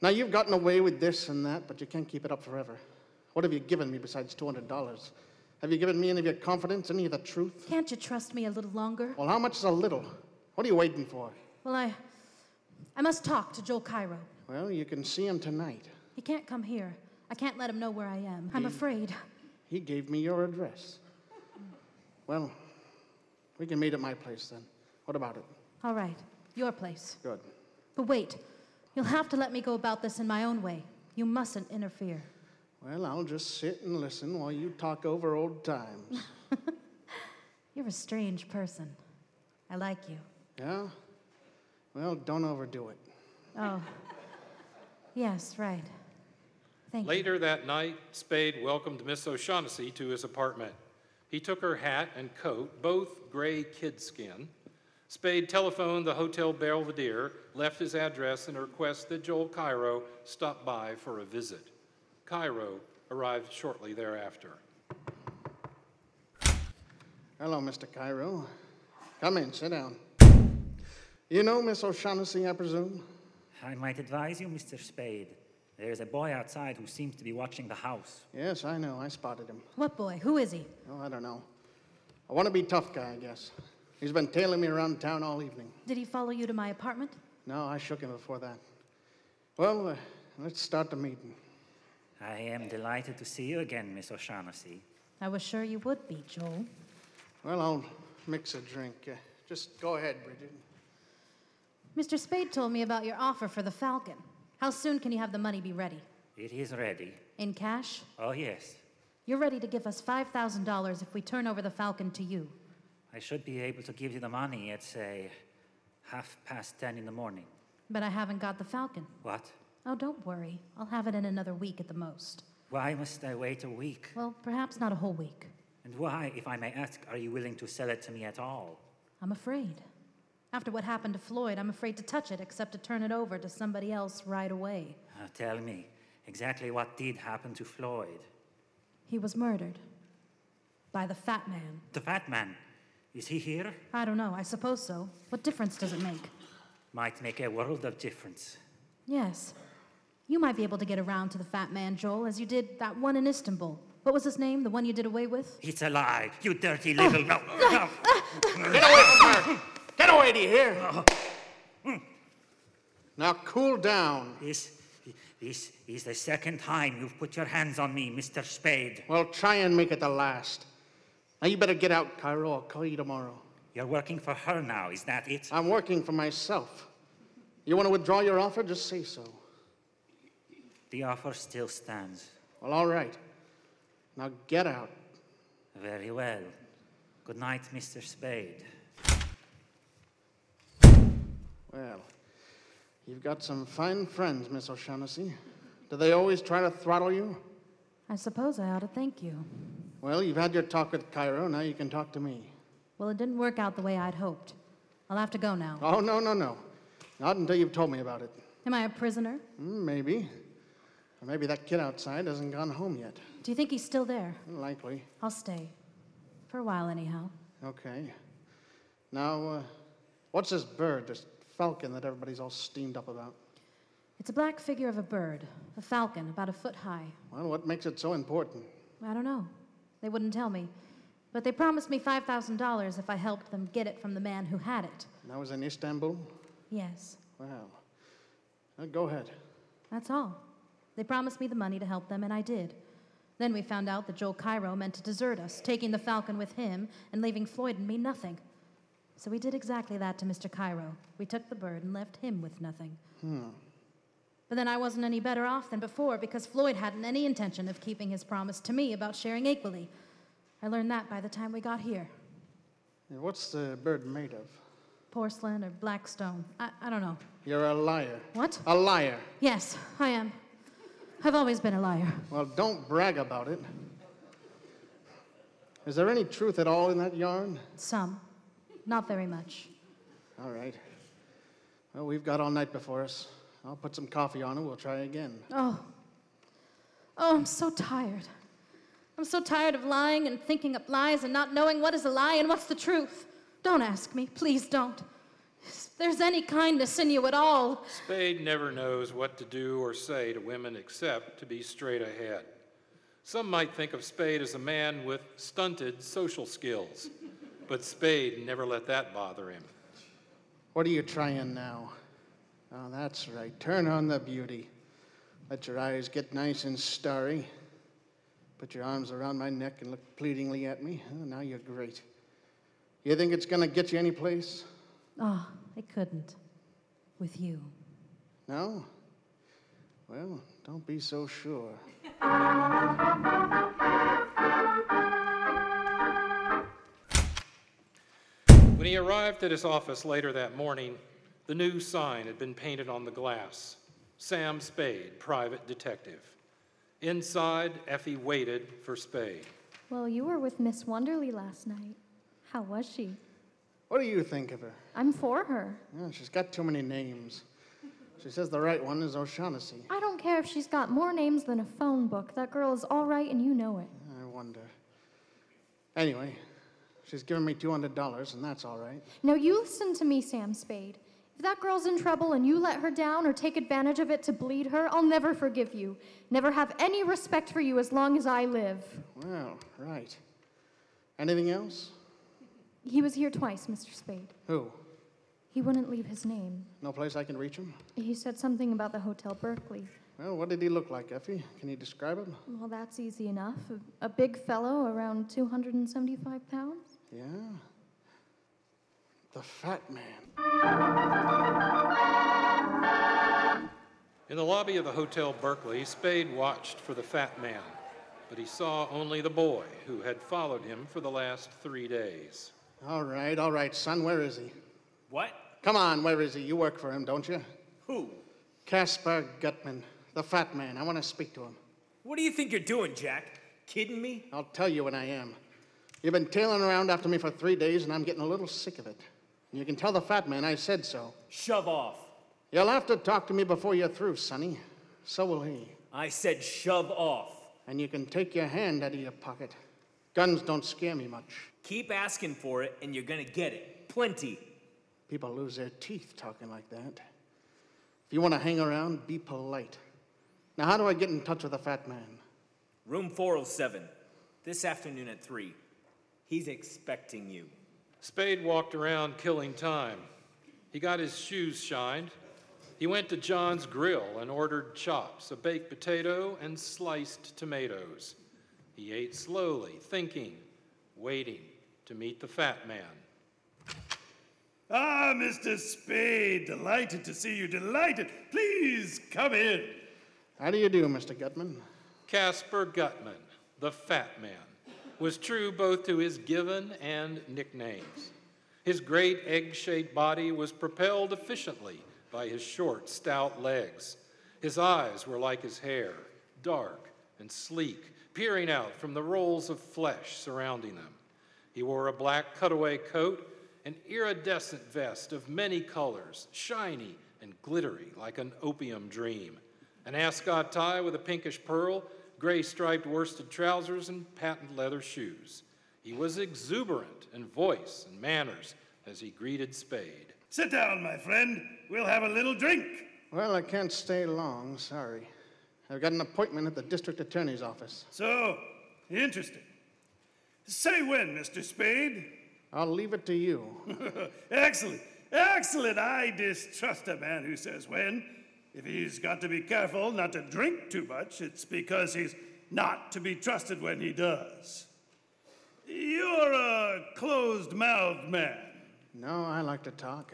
Speaker 4: Now, you've gotten away with this and that, but you can't keep it up forever. What have you given me besides $200? Have you given me any of your confidence, any of the truth?
Speaker 7: Can't you trust me a little longer?
Speaker 4: Well, how much is a little? What are you waiting for?
Speaker 7: Well, I. I must talk to Joel Cairo.
Speaker 4: Well, you can see him tonight.
Speaker 7: He can't come here. I can't let him know where I am. I'm
Speaker 4: He-
Speaker 7: afraid.
Speaker 4: He gave me your address. Well, we can meet at my place then. What about it?
Speaker 7: All right, your place.
Speaker 4: Good.
Speaker 7: But wait, you'll have to let me go about this in my own way. You mustn't interfere.
Speaker 4: Well, I'll just sit and listen while you talk over old times.
Speaker 7: You're a strange person. I like you.
Speaker 4: yeah? Well, don't overdo it.
Speaker 7: Oh. yes, right. Thank you.
Speaker 3: Later that night, Spade welcomed Miss O'Shaughnessy to his apartment. He took her hat and coat, both gray kid skin. Spade telephoned the Hotel Belvedere, left his address, and requested that Joel Cairo stop by for a visit. Cairo arrived shortly thereafter.
Speaker 4: Hello, Mr. Cairo. Come in, sit down. You know Miss O'Shaughnessy, I presume?
Speaker 10: I might advise you, Mr. Spade. There's a boy outside who seems to be watching the house.
Speaker 4: Yes, I know. I spotted him.
Speaker 7: What boy? Who is he?
Speaker 4: Oh, I don't know. I want to be tough guy, I guess. He's been tailing me around town all evening.
Speaker 7: Did he follow you to my apartment?
Speaker 4: No, I shook him before that. Well, uh, let's start the meeting.
Speaker 10: I am delighted to see you again, Miss O'Shaughnessy.
Speaker 7: I was sure you would be, Joel.
Speaker 4: Well, I'll mix a drink. Uh, just go ahead, Bridget.
Speaker 7: Mr. Spade told me about your offer for the Falcon. How soon can you have the money be ready?
Speaker 10: It is ready.
Speaker 7: In cash?
Speaker 10: Oh, yes.
Speaker 7: You're ready to give us $5,000 if we turn over the Falcon to you.
Speaker 10: I should be able to give you the money at, say, half past ten in the morning.
Speaker 7: But I haven't got the Falcon.
Speaker 10: What?
Speaker 7: Oh, don't worry. I'll have it in another week at the most.
Speaker 10: Why must I wait a week?
Speaker 7: Well, perhaps not a whole week.
Speaker 10: And why, if I may ask, are you willing to sell it to me at all?
Speaker 7: I'm afraid. After what happened to Floyd, I'm afraid to touch it except to turn it over to somebody else right away.
Speaker 10: Uh, tell me exactly what did happen to Floyd.
Speaker 7: He was murdered. By the fat man.
Speaker 10: The fat man. Is he here?
Speaker 7: I don't know, I suppose so. What difference does it make?
Speaker 10: Might make a world of difference.
Speaker 7: Yes. You might be able to get around to the fat man, Joel, as you did that one in Istanbul. What was his name, the one you did away with?
Speaker 10: It's a lie, you dirty little no. no.
Speaker 4: Get away from her! Get away, do you
Speaker 10: Oh.
Speaker 4: hear? Hmm. Now cool down.
Speaker 10: This, this is the second time you've put your hands on me, Mr. Spade.
Speaker 4: Well, try and make it the last. Now you better get out, Cairo. I'll call you tomorrow.
Speaker 10: You're working for her now, is that it?
Speaker 4: I'm working for myself. You want to withdraw your offer? Just say so.
Speaker 10: The offer still stands.
Speaker 4: Well, all right. Now get out.
Speaker 10: Very well. Good night, Mr. Spade.
Speaker 4: Well, you've got some fine friends, Miss O'Shaughnessy. Do they always try to throttle you?
Speaker 7: I suppose I ought to thank you.
Speaker 4: Well, you've had your talk with Cairo. Now you can talk to me.
Speaker 7: Well, it didn't work out the way I'd hoped. I'll have to go now.
Speaker 4: Oh, no, no, no. Not until you've told me about it.
Speaker 7: Am I a prisoner?
Speaker 4: Hmm, Maybe. Or maybe that kid outside hasn't gone home yet.
Speaker 7: Do you think he's still there?
Speaker 4: Likely.
Speaker 7: I'll stay. For a while, anyhow.
Speaker 4: Okay. Now, uh, what's this bird, this falcon that everybody's all steamed up about?
Speaker 7: It's a black figure of a bird, a falcon, about a foot high.
Speaker 4: Well, what makes it so important?
Speaker 7: I don't know. They wouldn't tell me. But they promised me $5,000 if I helped them get it from the man who had it.
Speaker 4: That was in Istanbul?
Speaker 7: Yes.
Speaker 4: Well, uh, go ahead.
Speaker 7: That's all. They promised me the money to help them, and I did. Then we found out that Joel Cairo meant to desert us, taking the Falcon with him and leaving Floyd and me nothing. So we did exactly that to Mr. Cairo. We took the bird and left him with nothing.
Speaker 4: Hmm.
Speaker 7: But then I wasn't any better off than before because Floyd hadn't any intention of keeping his promise to me about sharing equally. I learned that by the time we got here.
Speaker 4: And what's the bird made of?
Speaker 7: Porcelain or black stone. I, I don't know.
Speaker 4: You're a liar.
Speaker 7: What?
Speaker 4: A liar.
Speaker 7: Yes, I am. I've always been a liar.
Speaker 4: Well, don't brag about it. Is there any truth at all in that yarn?
Speaker 7: Some. Not very much.
Speaker 4: All right. Well, we've got all night before us. I'll put some coffee on and we'll try again.
Speaker 7: Oh. Oh, I'm so tired. I'm so tired of lying and thinking up lies and not knowing what is a lie and what's the truth. Don't ask me. Please don't. If there's any kindness in you at all,
Speaker 3: Spade never knows what to do or say to women except to be straight ahead. Some might think of Spade as a man with stunted social skills, but Spade never let that bother him.
Speaker 4: What are you trying now? Oh, that's right. Turn on the beauty. Let your eyes get nice and starry. Put your arms around my neck and look pleadingly at me. Oh, now you're great. You think it's going to get you any place?
Speaker 7: ah, it couldn't. With you.
Speaker 4: No? Well, don't be so sure.
Speaker 3: When he arrived at his office later that morning, the new sign had been painted on the glass Sam Spade, private detective. Inside, Effie waited for Spade.
Speaker 9: Well, you were with Miss Wonderly last night. How was she?
Speaker 4: What do you think of her?
Speaker 9: I'm for her.
Speaker 4: Yeah, she's got too many names. She says the right one is O'Shaughnessy.
Speaker 9: I don't care if she's got more names than a phone book. That girl is all right and you know it.
Speaker 4: I wonder. Anyway, she's given me $200, and that's all right.
Speaker 9: Now, you listen to me, Sam Spade. If that girl's in trouble and you let her down or take advantage of it to bleed her, I'll never forgive you. Never have any respect for you as long as I live.
Speaker 4: Well, right. Anything else?
Speaker 9: He was here twice, Mr. Spade.
Speaker 4: Who?
Speaker 9: He wouldn't leave his name.
Speaker 4: No place I can reach him?
Speaker 9: He said something about the Hotel Berkeley.
Speaker 4: Well, what did he look like, Effie? Can you describe him?
Speaker 9: Well, that's easy enough. A, a big fellow, around 275 pounds.
Speaker 4: Yeah. The fat man.
Speaker 3: In the lobby of the Hotel Berkeley, Spade watched for the fat man, but he saw only the boy who had followed him for the last three days.
Speaker 4: All right, all right, son, where is he?
Speaker 8: What?
Speaker 4: Come on, where is he? You work for him, don't you?
Speaker 8: Who?
Speaker 4: Caspar Gutman, the fat man. I want to speak to him.
Speaker 8: What do you think you're doing, Jack? Kidding me?
Speaker 4: I'll tell you when I am. You've been tailing around after me for three days, and I'm getting a little sick of it. And you can tell the fat man I said so.
Speaker 8: Shove off.
Speaker 4: You'll have to talk to me before you're through, Sonny. So will he.
Speaker 8: I said shove off.
Speaker 4: And you can take your hand out of your pocket. Guns don't scare me much.
Speaker 8: Keep asking for it, and you're gonna get it. Plenty.
Speaker 4: People lose their teeth talking like that. If you want to hang around, be polite. Now, how do I get in touch with the fat man?
Speaker 11: Room 407, this afternoon at 3. He's expecting you.
Speaker 3: Spade walked around killing time. He got his shoes shined. He went to John's Grill and ordered chops, a baked potato, and sliced tomatoes. He ate slowly, thinking, waiting to meet the fat man.
Speaker 6: Ah, Mr. Spade, delighted to see you, delighted. Please come in.
Speaker 4: How do you do, Mr. Gutman?
Speaker 3: Casper Gutman, the Fat Man, was true both to his given and nicknames. His great egg shaped body was propelled efficiently by his short, stout legs. His eyes were like his hair, dark and sleek, peering out from the rolls of flesh surrounding them. He wore a black cutaway coat, an iridescent vest of many colors, shiny and glittery like an opium dream, an ascot tie with a pinkish pearl, gray striped worsted trousers, and patent leather shoes. He was exuberant in voice and manners as he greeted Spade.
Speaker 6: Sit down, my friend. We'll have a little drink.
Speaker 4: Well, I can't stay long, sorry. I've got an appointment at the district attorney's office.
Speaker 6: So, interesting. Say when, Mr. Spade.
Speaker 4: I'll leave it to you.
Speaker 6: excellent, excellent. I distrust a man who says when. If he's got to be careful not to drink too much, it's because he's not to be trusted when he does. You're a closed mouthed man.
Speaker 4: No, I like to talk.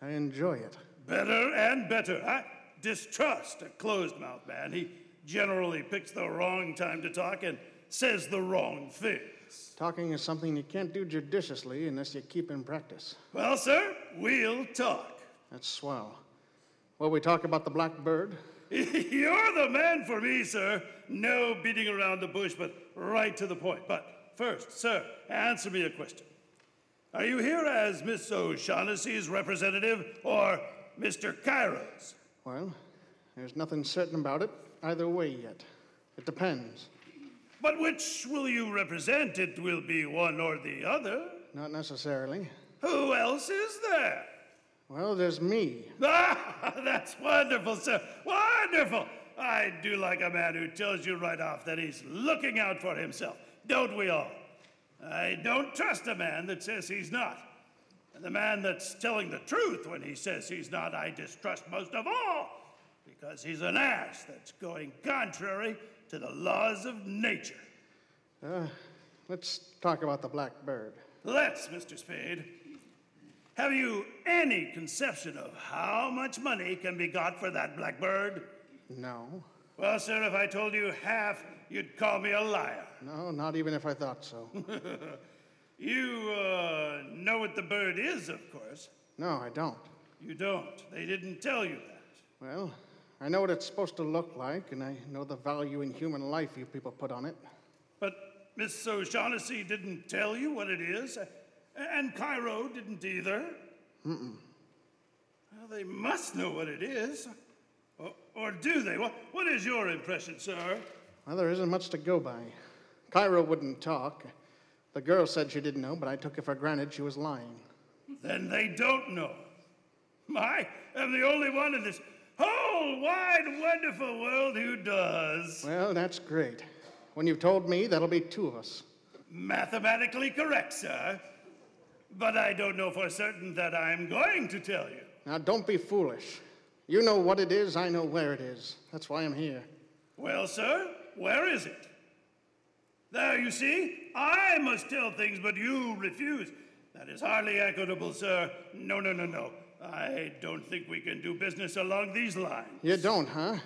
Speaker 4: I enjoy it.
Speaker 6: Better and better. I distrust a closed mouthed man. He generally picks the wrong time to talk and says the wrong thing.
Speaker 4: Talking is something you can't do judiciously unless you keep in practice.
Speaker 6: Well, sir, we'll talk.
Speaker 4: That's swell. Will we talk about the blackbird?
Speaker 6: You're the man for me, sir. No beating around the bush, but right to the point. But first, sir, answer me a question. Are you here as Miss O'Shaughnessy's representative or Mr. Cairo's?
Speaker 4: Well, there's nothing certain about it either way yet. It depends.
Speaker 6: But which will you represent? It will be one or the other.
Speaker 4: Not necessarily.
Speaker 6: Who else is there?
Speaker 4: Well, there's me.
Speaker 6: Ah, that's wonderful, sir. Wonderful. I do like a man who tells you right off that he's looking out for himself. Don't we all? I don't trust a man that says he's not. And the man that's telling the truth when he says he's not, I distrust most of all, because he's an ass that's going contrary to the laws of nature.
Speaker 4: Uh, let's talk about the blackbird.
Speaker 6: Let's, Mr. Spade. Have you any conception of how much money can be got for that blackbird?
Speaker 4: No.
Speaker 6: Well, sir, if I told you half, you'd call me a liar.
Speaker 4: No, not even if I thought so.
Speaker 6: you uh, know what the bird is, of course.
Speaker 4: No, I don't.
Speaker 6: You don't. They didn't tell you that.
Speaker 4: Well, I know what it's supposed to look like, and I know the value in human life you people put on it.
Speaker 6: But Miss O'Shaughnessy didn't tell you what it is, and Cairo didn't either.
Speaker 4: Mm-mm.
Speaker 6: Well, they must know what it is. Or, or do they? What, what is your impression, sir?
Speaker 4: Well, there isn't much to go by. Cairo wouldn't talk. The girl said she didn't know, but I took it for granted she was lying.
Speaker 6: Then they don't know. I am the only one in this whole wide, wonderful world who does.
Speaker 4: Well, that's great. When you've told me, that'll be two of us.
Speaker 6: Mathematically correct, sir. But I don't know for certain that I'm going to tell you.
Speaker 4: Now, don't be foolish. You know what it is, I know where it is. That's why I'm here.
Speaker 6: Well, sir, where is it? There, you see, I must tell things, but you refuse. That is hardly equitable, sir. No, no, no, no. I don't think we can do business along these lines.
Speaker 4: You don't, huh?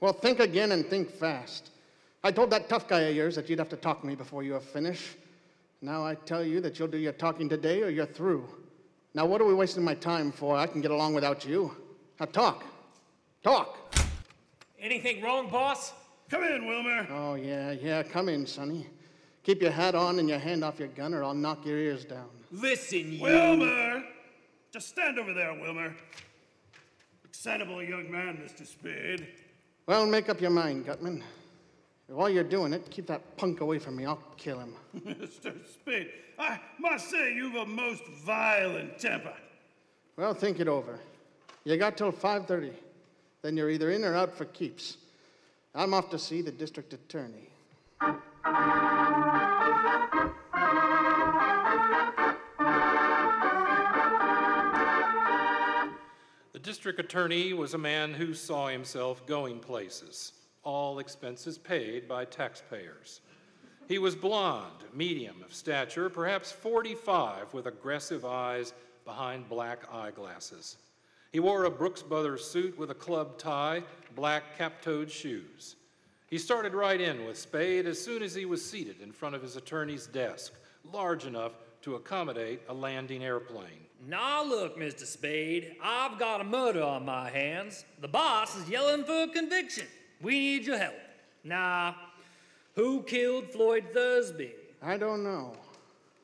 Speaker 4: Well, think again and think fast. I told that tough guy of yours that you'd have to talk to me before you were finished. Now I tell you that you'll do your talking today or you're through. Now, what are we wasting my time for? I can get along without you. Now, talk. Talk.
Speaker 8: Anything wrong, boss?
Speaker 6: Come in, Wilmer.
Speaker 4: Oh, yeah, yeah, come in, Sonny. Keep your hat on and your hand off your gun, or I'll knock your ears down.
Speaker 11: Listen, you.
Speaker 6: Wilmer! Just stand over there, Wilmer. Excitable young man, Mr. Spade.
Speaker 4: Well, make up your mind, Gutman. While you're doing it, keep that punk away from me. I'll kill him.
Speaker 6: Mr. Spade, I must say you've a most violent temper.
Speaker 4: Well, think it over. You got till 5:30. Then you're either in or out for keeps. I'm off to see the district attorney.
Speaker 3: The district attorney was a man who saw himself going places, all expenses paid by taxpayers. He was blond, medium of stature, perhaps 45, with aggressive eyes behind black eyeglasses. He wore a Brooks Brothers suit with a club tie, black cap-toed shoes. He started right in with Spade as soon as he was seated in front of his attorney's desk, large enough to accommodate a landing airplane.
Speaker 5: Now look, Mr. Spade, I've got a murder on my hands. The boss is yelling for a conviction. We need your help. Now, who killed Floyd Thursby?
Speaker 4: I don't know.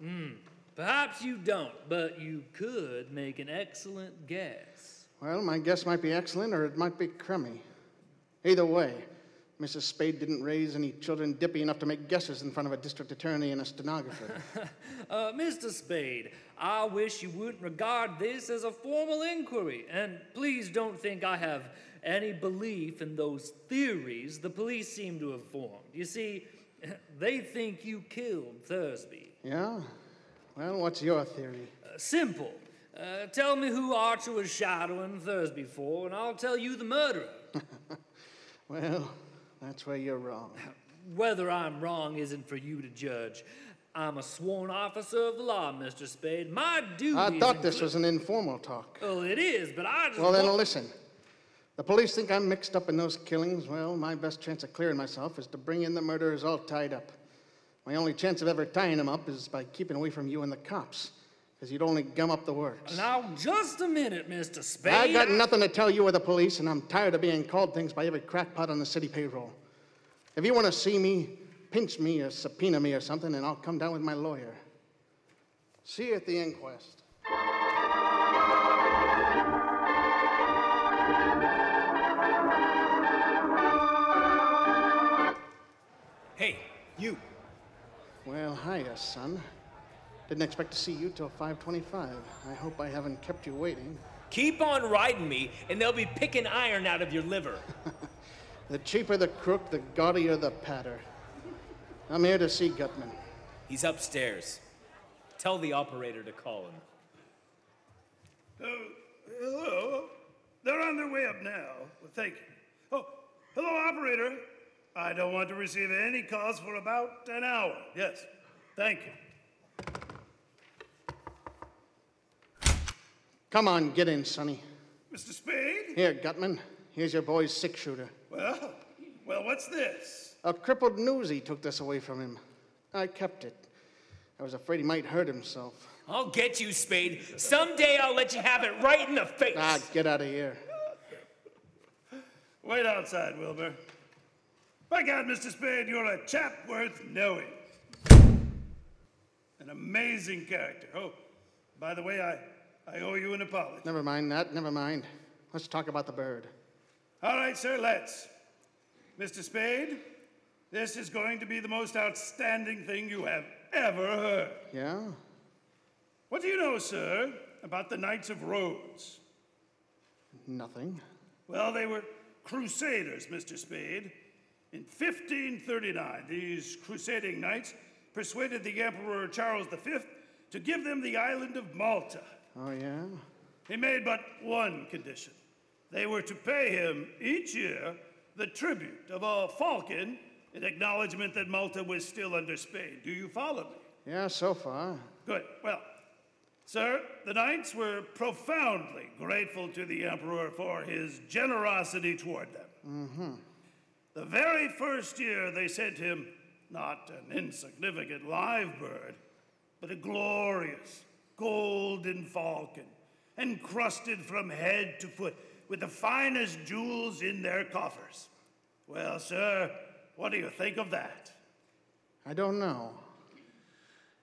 Speaker 5: Hmm. Perhaps you don't, but you could make an excellent guess.
Speaker 4: Well, my guess might be excellent or it might be crummy. Either way, Mrs. Spade didn't raise any children dippy enough to make guesses in front of a district attorney and a stenographer.
Speaker 5: uh, Mr. Spade, I wish you wouldn't regard this as a formal inquiry, and please don't think I have any belief in those theories the police seem to have formed. You see, they think you killed Thursby.
Speaker 4: Yeah? Well, what's your theory?
Speaker 5: Uh, simple. Uh, tell me who Archer was shadowing Thursby for, and I'll tell you the murderer.
Speaker 4: Well, that's where you're wrong.
Speaker 5: Whether I'm wrong isn't for you to judge. I'm a sworn officer of the law, Mr. Spade. My duty.
Speaker 4: I
Speaker 5: is
Speaker 4: thought this
Speaker 5: inclu-
Speaker 4: was an informal talk.
Speaker 5: Well, it is, but I just.
Speaker 4: Well, then
Speaker 5: want-
Speaker 4: listen. The police think I'm mixed up in those killings. Well, my best chance of clearing myself is to bring in the murderers all tied up. My only chance of ever tying them up is by keeping away from you and the cops, because you'd only gum up the works.
Speaker 5: Now, just a minute, Mr. Spade.
Speaker 4: I got nothing to tell you or the police, and I'm tired of being called things by every crackpot on the city payroll. If you want to see me, pinch me or subpoena me or something, and I'll come down with my lawyer. See you at the inquest.
Speaker 11: Hey, you.
Speaker 4: Well, hiya, son. Didn't expect to see you till 5:25. I hope I haven't kept you waiting.
Speaker 11: Keep on riding me, and they'll be picking iron out of your liver.
Speaker 4: The cheaper the crook, the gaudier the patter. I'm here to see Gutman.
Speaker 11: He's upstairs. Tell the operator to call him.
Speaker 6: Oh, hello? They're on their way up now. Well, thank you. Oh, hello, operator. I don't want to receive any calls for about an hour. Yes, thank you.
Speaker 4: Come on, get in, Sonny.
Speaker 6: Mr. Spade?
Speaker 4: Here, Gutman. Here's your boy's six shooter.
Speaker 6: Well, well, what's this?
Speaker 4: A crippled newsie took this away from him. I kept it. I was afraid he might hurt himself.
Speaker 11: I'll get you, Spade. Someday I'll let you have it right in the face.
Speaker 4: Ah, get out of here.
Speaker 6: Wait outside, Wilbur. By God, Mr. Spade, you're a chap worth knowing. An amazing character. Oh, by the way, I, I owe you an apology.
Speaker 4: Never mind that, never mind. Let's talk about the bird.
Speaker 6: All right, sir, let's. Mr. Spade, this is going to be the most outstanding thing you have ever heard.
Speaker 4: Yeah?
Speaker 6: What do you know, sir, about the Knights of Rhodes?
Speaker 4: Nothing.
Speaker 6: Well, they were crusaders, Mr. Spade. In 1539, these crusading knights persuaded the Emperor Charles V to give them the island of Malta.
Speaker 4: Oh, yeah?
Speaker 6: He made but one condition they were to pay him each year the tribute of a falcon in acknowledgement that Malta was still under Spain. Do you follow me?
Speaker 4: Yeah, so far.
Speaker 6: Good. Well, sir, the knights were profoundly grateful to the emperor for his generosity toward them.
Speaker 4: Mm-hmm.
Speaker 6: The very first year they sent him not an insignificant live bird, but a glorious golden falcon, encrusted from head to foot with the finest jewels in their coffers. Well, sir, what do you think of that?
Speaker 4: I don't know.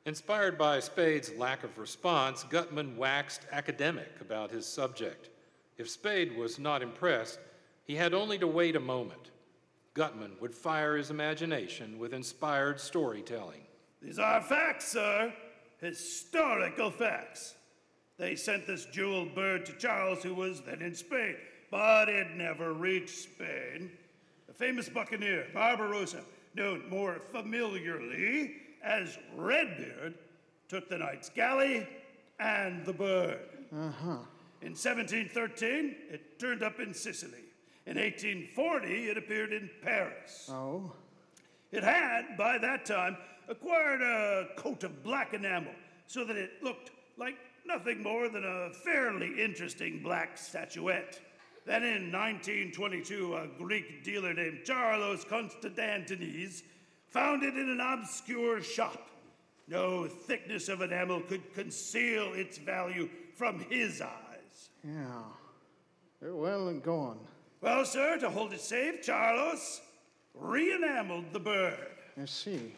Speaker 3: Inspired by Spade's lack of response, Gutman waxed academic about his subject. If Spade was not impressed, he had only to wait a moment. Gutman would fire his imagination with inspired storytelling.
Speaker 6: These are facts, sir. Historical facts. They sent this jewel bird to Charles, who was then in Spain, but it never reached Spain. The famous buccaneer, Barbarossa, known more familiarly as Redbeard, took the knight's galley and the bird.
Speaker 4: Uh huh.
Speaker 6: In 1713, it turned up in Sicily. In 1840, it appeared in Paris.
Speaker 4: Oh?
Speaker 6: It had, by that time, acquired a coat of black enamel so that it looked like nothing more than a fairly interesting black statuette. Then in 1922, a Greek dealer named Charlos Constantinis found it in an obscure shop. No thickness of enamel could conceal its value from his eyes.
Speaker 4: Yeah. Eh, Well, then go on.
Speaker 6: Well, sir, to hold it safe, Charlos re enameled the bird.
Speaker 4: I see.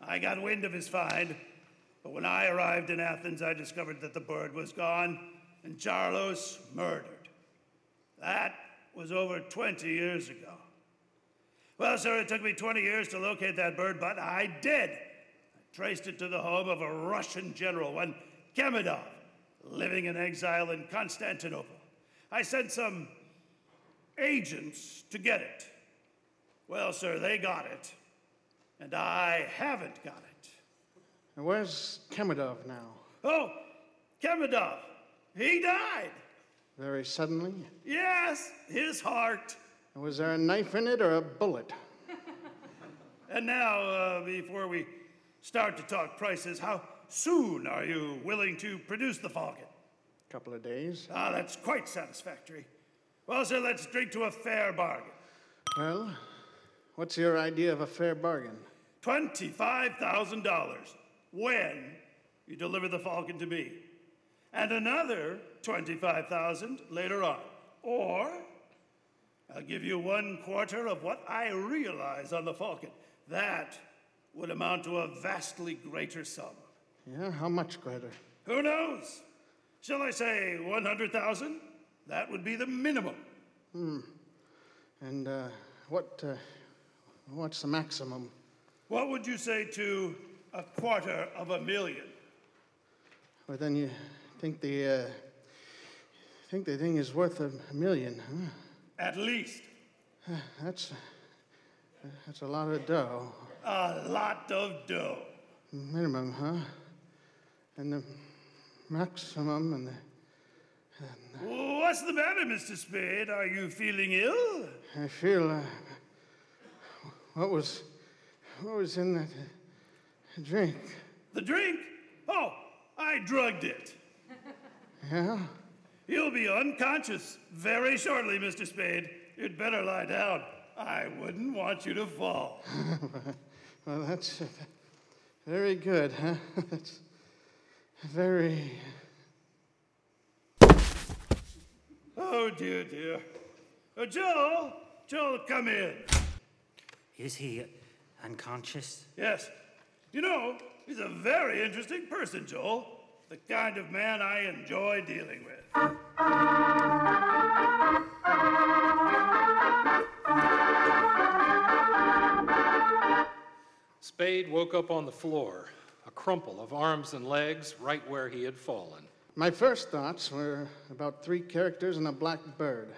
Speaker 6: I got wind of his find, but when I arrived in Athens, I discovered that the bird was gone and Charlos murdered. That was over 20 years ago. Well, sir, it took me 20 years to locate that bird, but I did. I traced it to the home of a Russian general, one Kamedov, living in exile in Constantinople. I sent some agents to get it. Well, sir, they got it, and I haven't got it.
Speaker 4: And where's Kamedov now?
Speaker 6: Oh, Kamedov. He died.
Speaker 4: Very suddenly.
Speaker 6: Yes, his heart.
Speaker 4: Was there a knife in it or a bullet?
Speaker 6: And now, uh, before we start to talk prices, how soon are you willing to produce the Falcon?
Speaker 4: Couple of days.
Speaker 6: Ah, that's quite satisfactory. Well, sir, let's drink to a fair bargain.
Speaker 4: Well, what's your idea of a fair bargain?
Speaker 6: $25,000 when you deliver the Falcon to me, and another 25,000 later on. Or I'll give you one quarter of what I realize on the Falcon. That would amount to a vastly greater sum.
Speaker 4: Yeah, how much greater?
Speaker 6: Who knows? Shall I say 100,000? That would be the minimum.
Speaker 4: Hmm. And uh, what, uh, what's the maximum?
Speaker 6: What would you say to a quarter of a million?
Speaker 4: Well, then you think the, uh, think the thing is worth a million, huh?
Speaker 6: At least.
Speaker 4: That's, that's a lot of dough.
Speaker 6: A lot of dough.
Speaker 4: Minimum, huh? And the maximum and the,
Speaker 6: What's the matter, Mr. Spade? Are you feeling ill?
Speaker 4: I feel uh, what was what was in that uh, drink?
Speaker 6: The drink? Oh, I drugged it.
Speaker 4: Yeah.
Speaker 6: You'll be unconscious very shortly, Mr. Spade. You'd better lie down. I wouldn't want you to fall.
Speaker 4: well, that's uh, very good, huh? that's very.
Speaker 6: Oh, dear, dear. Uh, Joel, Joel, come in.
Speaker 10: Is he unconscious?
Speaker 6: Yes. You know, he's a very interesting person, Joel. The kind of man I enjoy dealing with.
Speaker 3: Spade woke up on the floor, a crumple of arms and legs right where he had fallen.
Speaker 4: My first thoughts were about three characters and a black bird.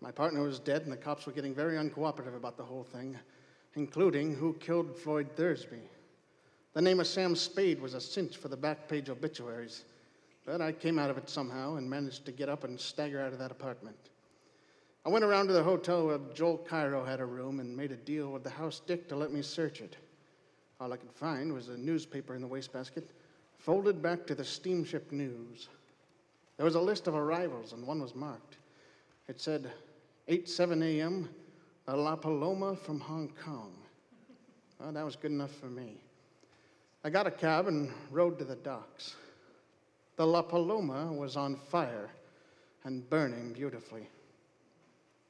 Speaker 4: My partner was dead, and the cops were getting very uncooperative about the whole thing, including who killed Floyd Thursby. The name of Sam Spade was a cinch for the back page obituaries, but I came out of it somehow and managed to get up and stagger out of that apartment. I went around to the hotel where Joel Cairo had a room and made a deal with the house dick to let me search it. All I could find was a newspaper in the wastebasket, folded back to the steamship news. There was a list of arrivals, and one was marked. It said, 8 7 a.m., the La Paloma from Hong Kong. Well, that was good enough for me. I got a cab and rode to the docks. The La Paloma was on fire and burning beautifully.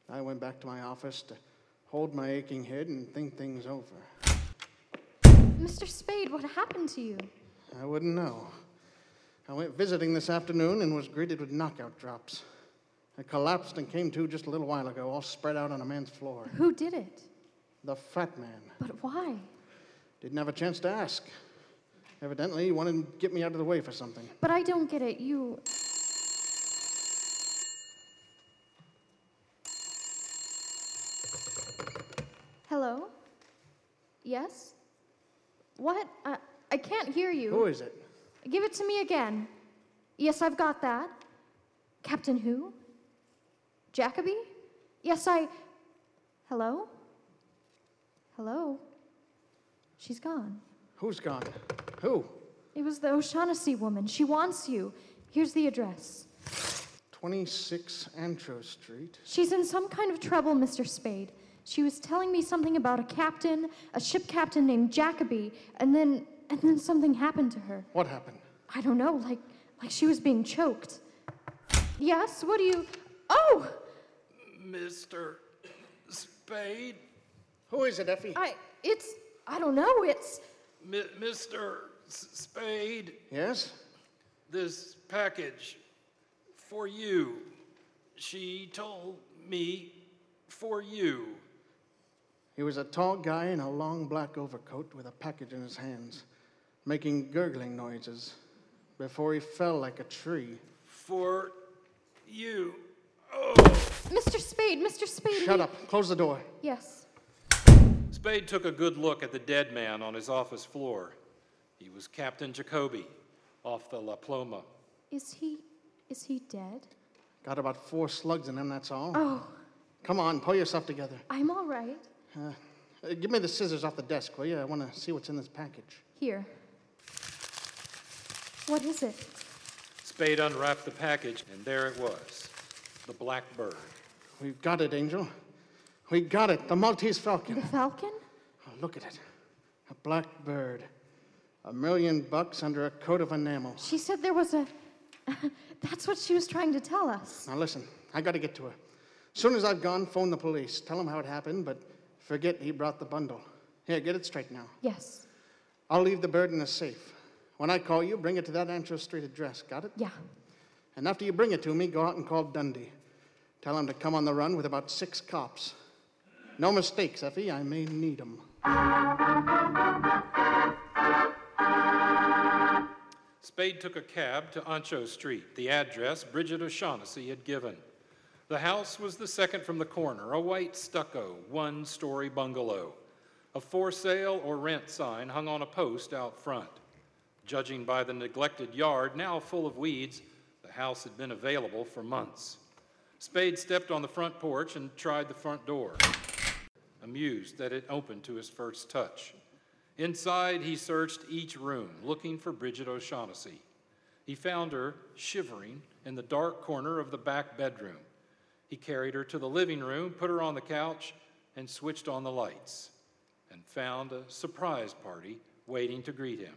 Speaker 4: I went back to my office to hold my aching head and think things over.
Speaker 9: Mr. Spade, what happened to you?
Speaker 4: I wouldn't know. I went visiting this afternoon and was greeted with knockout drops. I collapsed and came to just a little while ago, all spread out on a man's floor.
Speaker 9: Who did it?
Speaker 4: The fat man.
Speaker 9: But why?
Speaker 4: Didn't have a chance to ask. Evidently, he wanted to get me out of the way for something.
Speaker 9: But I don't get it. You. Hello? Yes? What? I, I can't hear you.
Speaker 4: Who is it?
Speaker 9: Give it to me again. Yes, I've got that. Captain who? Jacoby? Yes, I. Hello? Hello? She's gone.
Speaker 4: Who's gone? Who?
Speaker 9: It was the O'Shaughnessy woman. She wants you. Here's the address.
Speaker 4: 26 Antro Street.
Speaker 9: She's in some kind of trouble, Mr. Spade. She was telling me something about a captain, a ship captain named Jacoby, and then and then something happened to her.
Speaker 4: What happened?
Speaker 9: I don't know, like like she was being choked. Yes, what do you Oh,
Speaker 3: Mr. Spade?
Speaker 4: Who is it, Effie?
Speaker 9: I it's I don't know, it's
Speaker 3: Mi- Mr. S- Spade,
Speaker 4: Yes?
Speaker 3: this package for you. She told me for you.
Speaker 4: He was a tall guy in a long black overcoat with a package in his hands, making gurgling noises before he fell like a tree.
Speaker 3: For you.
Speaker 9: Mr. Spade, Mr. Spade.
Speaker 4: Shut
Speaker 9: we-
Speaker 4: up. Close the door.
Speaker 9: Yes.
Speaker 3: Spade took a good look at the dead man on his office floor. He was Captain Jacoby off the La Ploma.
Speaker 9: Is he Is he dead?
Speaker 4: Got about four slugs in him, that's all.
Speaker 9: Oh,
Speaker 4: Come on, pull yourself together.
Speaker 9: I'm all right.
Speaker 4: Uh, uh, give me the scissors off the desk, will you? I want to see what's in this package.
Speaker 9: Here. What is it?
Speaker 3: Spade unwrapped the package, and there it was the blackbird.
Speaker 4: We've got it, Angel. We got it. The Maltese Falcon.
Speaker 9: The falcon?
Speaker 4: Oh, look at it. A black bird. A million bucks under a coat of enamel.
Speaker 9: She said there was a. That's what she was trying to tell us.
Speaker 4: Now listen, I gotta get to her. Soon as I've gone, phone the police. Tell them how it happened, but forget he brought the bundle. Here, get it straight now.
Speaker 9: Yes.
Speaker 4: I'll leave the bird in a safe. When I call you, bring it to that Ancho Street address. Got it?
Speaker 9: Yeah.
Speaker 4: And after you bring it to me, go out and call Dundee. Tell him to come on the run with about six cops. No mistakes, Effie. I may need 'em.
Speaker 3: Spade took a cab to Ancho Street, the address Bridget O'Shaughnessy had given. The house was the second from the corner, a white stucco, one story bungalow. A for sale or rent sign hung on a post out front. Judging by the neglected yard, now full of weeds, the house had been available for months. Spade stepped on the front porch and tried the front door, amused that it opened to his first touch. Inside, he searched each room, looking for Bridget O'Shaughnessy. He found her shivering in the dark corner of the back bedroom. He carried her to the living room, put her on the couch, and switched on the lights, and found a surprise party waiting to greet him.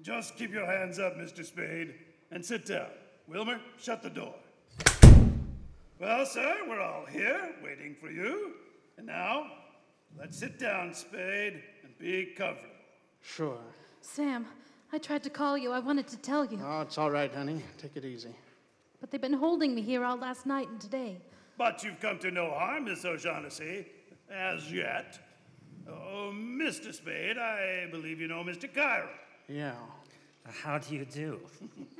Speaker 6: Just keep your hands up, Mr. Spade, and sit down. Wilmer, shut the door. Well, sir, we're all here waiting for you. And now, let's sit down, Spade, and be comfortable.
Speaker 4: Sure.
Speaker 7: Sam, I tried to call you. I wanted to tell you.
Speaker 4: Oh, it's all right, honey. Take it easy.
Speaker 7: But they've been holding me here all last night and today.
Speaker 6: But you've come to no harm, Miss O'Shaughnessy, as yet. Oh, Mr. Spade, I believe you know Mr. Cairo.
Speaker 4: Yeah.
Speaker 10: How do you do?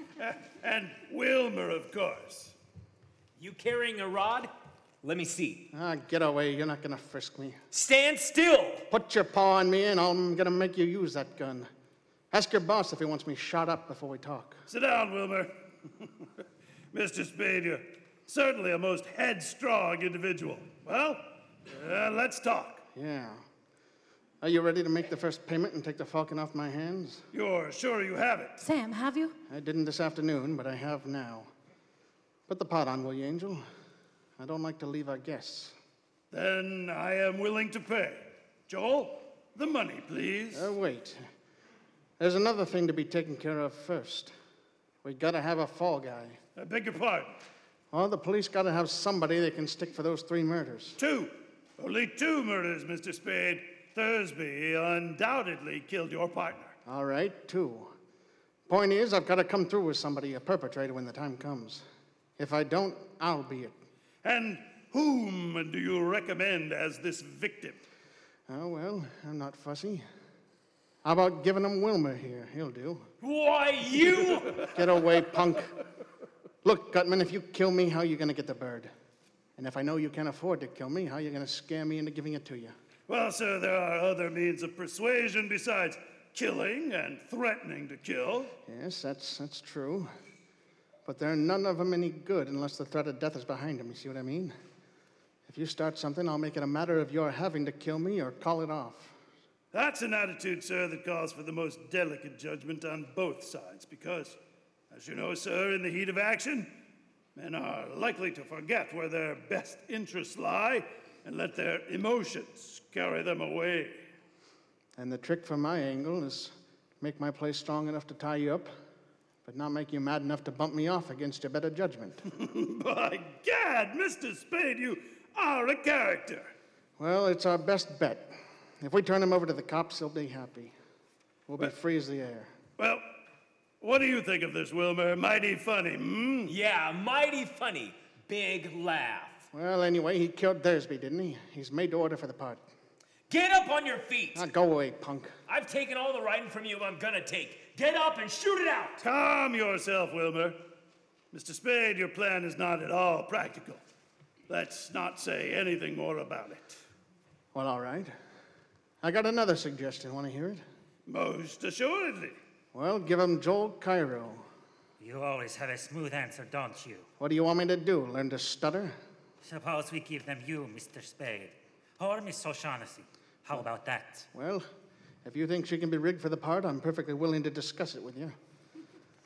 Speaker 6: and Wilmer, of course.
Speaker 11: You carrying a rod? Let me see.
Speaker 4: Ah, get away. You're not going to frisk me.
Speaker 11: Stand still!
Speaker 4: Put your paw on me, and I'm going to make you use that gun. Ask your boss if he wants me shot up before we talk.
Speaker 6: Sit down, Wilmer. Mr. Spade, you're certainly a most headstrong individual. Well, uh, let's talk.
Speaker 4: Yeah. Are you ready to make the first payment and take the falcon off my hands?
Speaker 6: You're sure you have it?
Speaker 7: Sam, have you?
Speaker 4: I didn't this afternoon, but I have now. Put the pot on, will you, Angel? I don't like to leave our guests.
Speaker 6: Then I am willing to pay. Joel, the money, please.
Speaker 4: Uh, wait. There's another thing to be taken care of first. We gotta have a fall guy.
Speaker 6: I beg your pardon.
Speaker 4: Or the police gotta have somebody they can stick for those three murders.
Speaker 6: Two. Only two murders, Mr. Spade. Thursby undoubtedly killed your partner.
Speaker 4: All right, two. Point is, I've gotta come through with somebody, a perpetrator, when the time comes. If I don't, I'll be it.
Speaker 6: And whom do you recommend as this victim?
Speaker 4: Oh, well, I'm not fussy. How about giving him Wilmer here? He'll do.
Speaker 11: Why, you!
Speaker 4: Get away, punk. Look, Gutman, if you kill me, how you gonna get the bird? And if I know you can't afford to kill me, how you gonna scare me into giving it to you?
Speaker 6: Well, sir, there are other means of persuasion besides killing and threatening to kill.
Speaker 4: Yes, that's that's true. But there are none of 'em any good unless the threat of death is behind 'em. You see what I mean? If you start something, I'll make it a matter of your having to kill me or call it off.
Speaker 6: That's an attitude, sir, that calls for the most delicate judgment on both sides, because, as you know, sir, in the heat of action, men are likely to forget where their best interests lie and let their emotions carry them away.
Speaker 4: And the trick from my angle is make my play strong enough to tie you up, but not make you mad enough to bump me off against your better judgment.
Speaker 6: By gad, Mr. Spade, you are a character.
Speaker 4: well, it's our best bet. If we turn him over to the cops, he'll be happy. We'll be free as the air.
Speaker 6: Well, what do you think of this, Wilmer? Mighty funny, hmm?
Speaker 11: Yeah, mighty funny. Big laugh.
Speaker 4: Well, anyway, he killed Thursby, didn't he? He's made to order for the part.
Speaker 11: Get up on your feet!
Speaker 4: Now Ah, go away, punk.
Speaker 11: I've taken all the riding from you I'm gonna take. Get up and shoot it out!
Speaker 6: Calm yourself, Wilmer. Mr. Spade, your plan is not at all practical. Let's not say anything more about it.
Speaker 4: Well, all right. I got another suggestion. Want to hear it?
Speaker 6: Most assuredly.
Speaker 4: Well, give him Joel Cairo.
Speaker 10: You always have a smooth answer, don't you?
Speaker 4: What do you want me to do? Learn to stutter?
Speaker 10: Suppose we give them you, Mr. Spade, or Miss O'Shaughnessy. How about that?
Speaker 4: Well, if you think she can be rigged for the part, I'm perfectly willing to discuss it with you.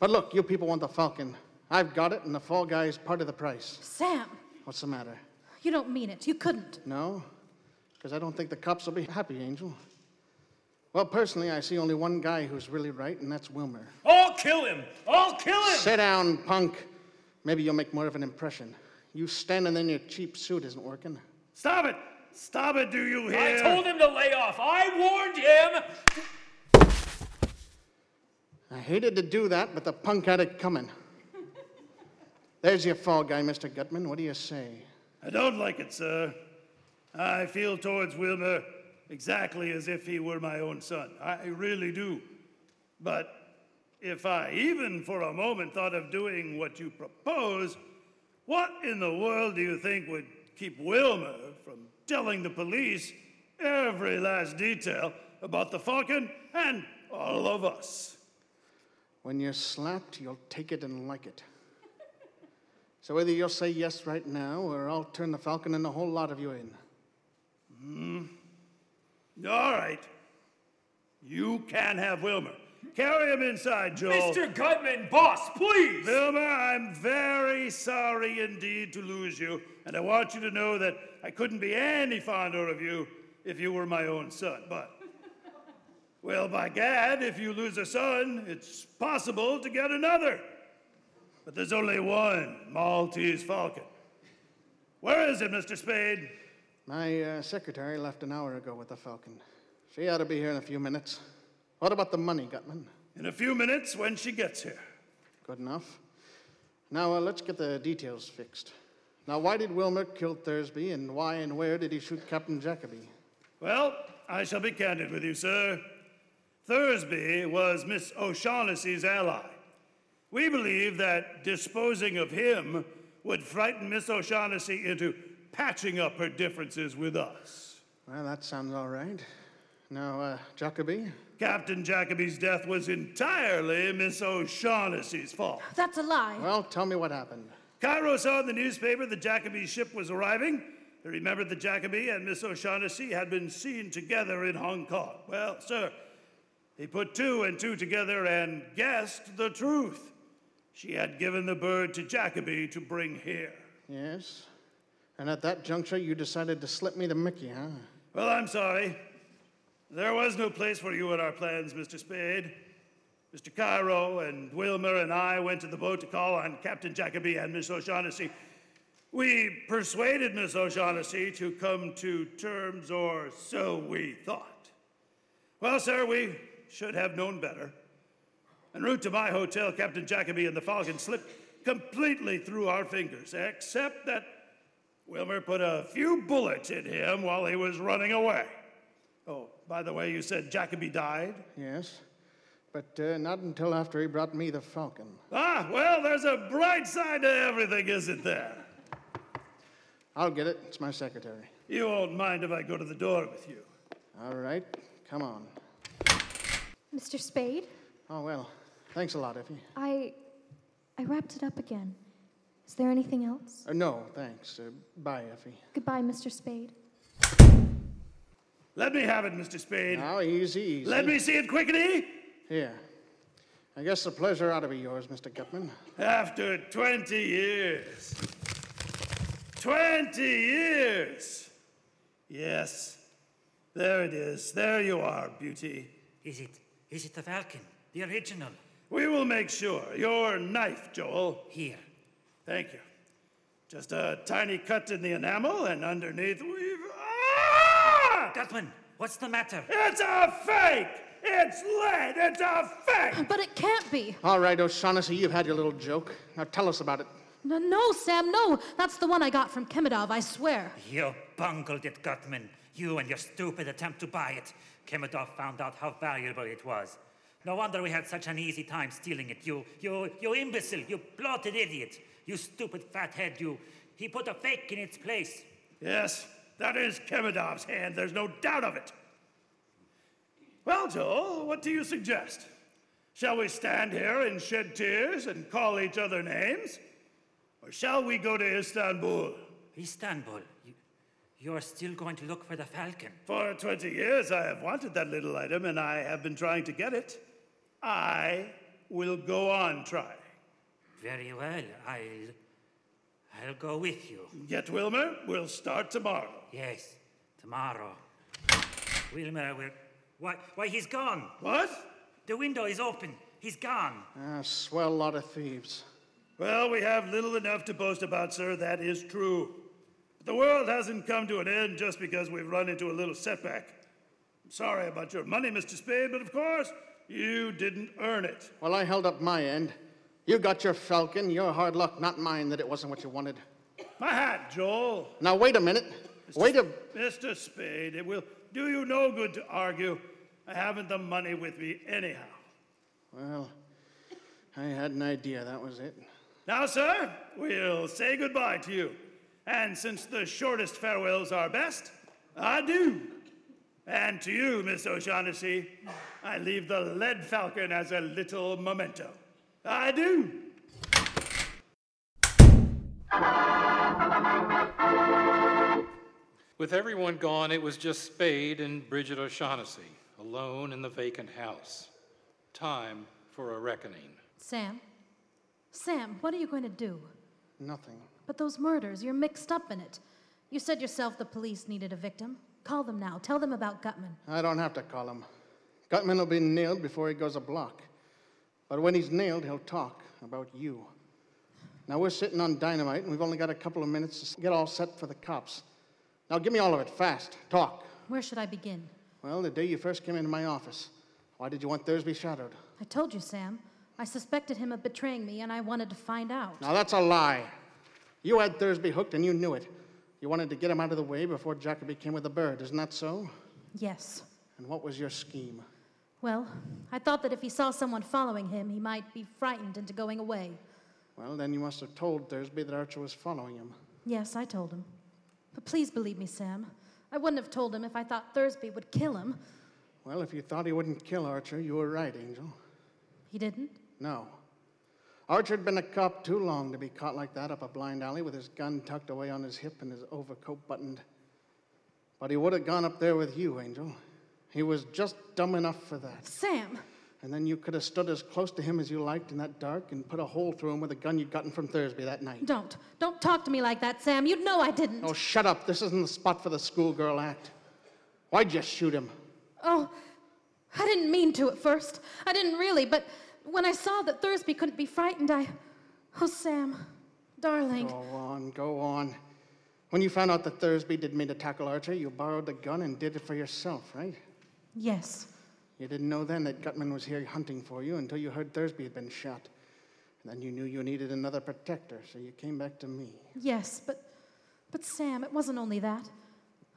Speaker 4: But look, you people want the Falcon. I've got it, and the Fall Guy is part of the price.
Speaker 7: Sam,
Speaker 4: What's the matter?
Speaker 7: you don't mean it. You couldn't.
Speaker 4: No? Because I don't think the cops will be happy, Angel. Well, personally, I see only one guy who's really right, and that's Wilmer.
Speaker 6: I'll kill him! I'll kill him!
Speaker 4: Sit down, punk. Maybe you'll make more of an impression. You standing in your cheap suit isn't working.
Speaker 6: Stop it! Stop it, do you hear?
Speaker 8: I told him to lay off. I warned him.
Speaker 4: I hated to do that, but the punk had it coming. There's your fall guy, Mr. Gutman. What do you say?
Speaker 6: I don't like it, sir. I feel towards Wilmer exactly as if he were my own son. I really do. But if I even for a moment thought of doing what you propose, what in the world do you think would keep Wilmer from telling the police every last detail about the Falcon and all of us?
Speaker 4: When you're slapped, you'll take it and like it. So either you'll say yes right now, or I'll turn the Falcon and the whole lot of you in.
Speaker 6: Hmm. All right. You can have Wilmer. Carry him inside, Joel.
Speaker 8: Mr. Gutman, boss, please!
Speaker 6: Wilmer, I'm very sorry indeed to lose you, and I want you to know that I couldn't be any fonder of you if you were my own son. But, well, by gad, if you lose a son, it's possible to get another. But there's only one Maltese Falcon. Where is it, Mr. Spade?
Speaker 4: My uh, secretary left an hour ago with the Falcon. She ought to be here in a few minutes. What about the money, Gutman?
Speaker 6: In a few minutes when she gets here.
Speaker 4: Good enough. Now uh, let's get the details fixed. Now, why did Wilmer kill Thursby, and why and where did he shoot Captain Jacoby?
Speaker 6: Well, I shall be candid with you, sir. Thursby was Miss O'Shaughnessy's ally. We believe that disposing of him would frighten Miss O'Shaughnessy into patching up her differences with us.
Speaker 4: Well, that sounds all right. Now, uh, Jacoby?
Speaker 6: Captain Jacoby's death was entirely Miss O'Shaughnessy's fault.
Speaker 7: That's a lie.
Speaker 4: Well, tell me what happened.
Speaker 6: Cairo saw in the newspaper that Jacoby's ship was arriving. They remembered that Jacoby and Miss O'Shaughnessy had been seen together in Hong Kong. Well, sir, he put two and two together and guessed the truth. She had given the bird to Jacoby to bring here.
Speaker 4: Yes? And at that juncture, you decided to slip me the Mickey, huh?
Speaker 6: Well, I'm sorry. There was no place for you in our plans, Mr. Spade. Mr. Cairo and Wilmer and I went to the boat to call on Captain Jacoby and Miss O'Shaughnessy. We persuaded Miss O'Shaughnessy to come to terms, or so we thought. Well, sir, we should have known better. En route to my hotel, Captain Jacoby and the Falcon slipped completely through our fingers, except that Wilmer put a few bullets in him while he was running away. Oh, by the way, you said Jacoby died?
Speaker 4: Yes? But uh, not until after he brought me the Falcon.
Speaker 6: Ah, well, there's a bright side to everything, isn't there?
Speaker 4: I'll get it. It's my secretary.
Speaker 6: You won't mind if I go to the door with you.
Speaker 4: All right, come on.
Speaker 9: Mr. Spade,
Speaker 4: Oh, well, thanks a lot, Effie.
Speaker 9: I. I wrapped it up again. Is there anything else?
Speaker 4: Uh, no, thanks. Uh, bye, Effie.
Speaker 9: Goodbye, Mr. Spade.
Speaker 6: Let me have it, Mr. Spade.
Speaker 4: Now, easy, easy.
Speaker 6: Let me see it quickly.
Speaker 4: Here. I guess the pleasure ought to be yours, Mr. Gutman.
Speaker 6: After 20 years. 20 years! Yes. There it is. There you are, beauty.
Speaker 10: Is it? Is it the Falcon? The original?
Speaker 6: We will make sure. Your knife, Joel.
Speaker 10: Here.
Speaker 6: Thank you. Just a tiny cut in the enamel, and underneath we've. Ah!
Speaker 10: Gutman, what's the matter?
Speaker 6: It's a fake! It's lead! It's a fake!
Speaker 7: But it can't be.
Speaker 4: All right, O'Shaughnessy, you've had your little joke. Now tell us about it.
Speaker 7: No, no, Sam, no. That's the one I got from Kemadov, I swear.
Speaker 10: You bungled it, Gutman. You and your stupid attempt to buy it. Kemadov found out how valuable it was. No wonder we had such an easy time stealing it. You, you, you imbecile, you bloated idiot, you stupid fathead, you. He put a fake in its place.
Speaker 6: Yes, that is Kemadov's hand. There's no doubt of it. Well, Joel, what do you suggest? Shall we stand here and shed tears and call each other names? Or shall we go to Istanbul?
Speaker 10: Istanbul? You're still going to look for the falcon.
Speaker 6: For 20 years I have wanted that little item and I have been trying to get it. I will go on trying.
Speaker 10: Very well. I'll. I'll go with you.
Speaker 6: Yet, Wilmer, we'll start tomorrow.
Speaker 10: Yes, tomorrow. Wilmer, we're. Why, why, he's gone.
Speaker 6: What?
Speaker 10: The window is open. He's gone.
Speaker 4: Ah, swell lot of thieves.
Speaker 6: Well, we have little enough to boast about, sir, that is true. But the world hasn't come to an end just because we've run into a little setback. I'm sorry about your money, Mr. Spade, but of course, you didn't earn it.
Speaker 4: Well, I held up my end. You got your falcon. Your hard luck, not mine, that it wasn't what you wanted.
Speaker 6: My hat, Joel.
Speaker 4: Now, wait a minute. Wait a.
Speaker 6: Mr. Spade, it will do you no good to argue. I haven't the money with me anyhow.
Speaker 4: Well, I had an idea. That was it.
Speaker 6: Now, sir, we'll say goodbye to you. And since the shortest farewells are best, adieu. And to you, Miss O'Shaughnessy, I leave the lead falcon as a little memento. I do.
Speaker 3: With everyone gone, it was just Spade and Bridget O'Shaughnessy alone in the vacant house. Time for a reckoning.
Speaker 7: Sam? Sam, what are you going to do?
Speaker 4: Nothing.
Speaker 7: But those murders, you're mixed up in it. You said yourself the police needed a victim. Call them now. Tell them about Gutman.
Speaker 4: I don't have to call him. Gutman will be nailed before he goes a block. But when he's nailed, he'll talk about you. Now we're sitting on dynamite, and we've only got a couple of minutes to get all set for the cops. Now give me all of it, fast. Talk.
Speaker 7: Where should I begin?
Speaker 4: Well, the day you first came into my office. Why did you want Thursby shadowed?
Speaker 7: I told you, Sam. I suspected him of betraying me, and I wanted to find out.
Speaker 4: Now that's a lie. You had Thursby hooked, and you knew it. You wanted to get him out of the way before Jacoby came with the bird, isn't that so?
Speaker 7: Yes.
Speaker 4: And what was your scheme?
Speaker 7: Well, I thought that if he saw someone following him, he might be frightened into going away.
Speaker 4: Well, then you must have told Thursby that Archer was following him.
Speaker 7: Yes, I told him. But please believe me, Sam. I wouldn't have told him if I thought Thursby would kill him.
Speaker 4: Well, if you thought he wouldn't kill Archer, you were right, Angel.
Speaker 7: He didn't?
Speaker 4: No. Archer had been a cop too long to be caught like that up a blind alley with his gun tucked away on his hip and his overcoat buttoned. But he would have gone up there with you, Angel. He was just dumb enough for that.
Speaker 7: Sam!
Speaker 4: And then you could have stood as close to him as you liked in that dark and put a hole through him with a gun you'd gotten from Thursby that night.
Speaker 7: Don't. Don't talk to me like that, Sam. You'd know I didn't.
Speaker 4: Oh, shut up. This isn't the spot for the schoolgirl act. Why'd you shoot him?
Speaker 7: Oh, I didn't mean to at first. I didn't really, but when I saw that Thursby couldn't be frightened, I. Oh, Sam, darling.
Speaker 4: Go on, go on. When you found out that Thursby didn't mean to tackle Archer, you borrowed the gun and did it for yourself, right?
Speaker 7: Yes.
Speaker 4: You didn't know then that Gutman was here hunting for you until you heard Thursby had been shot. And then you knew you needed another protector, so you came back to me.
Speaker 7: Yes, but but Sam, it wasn't only that.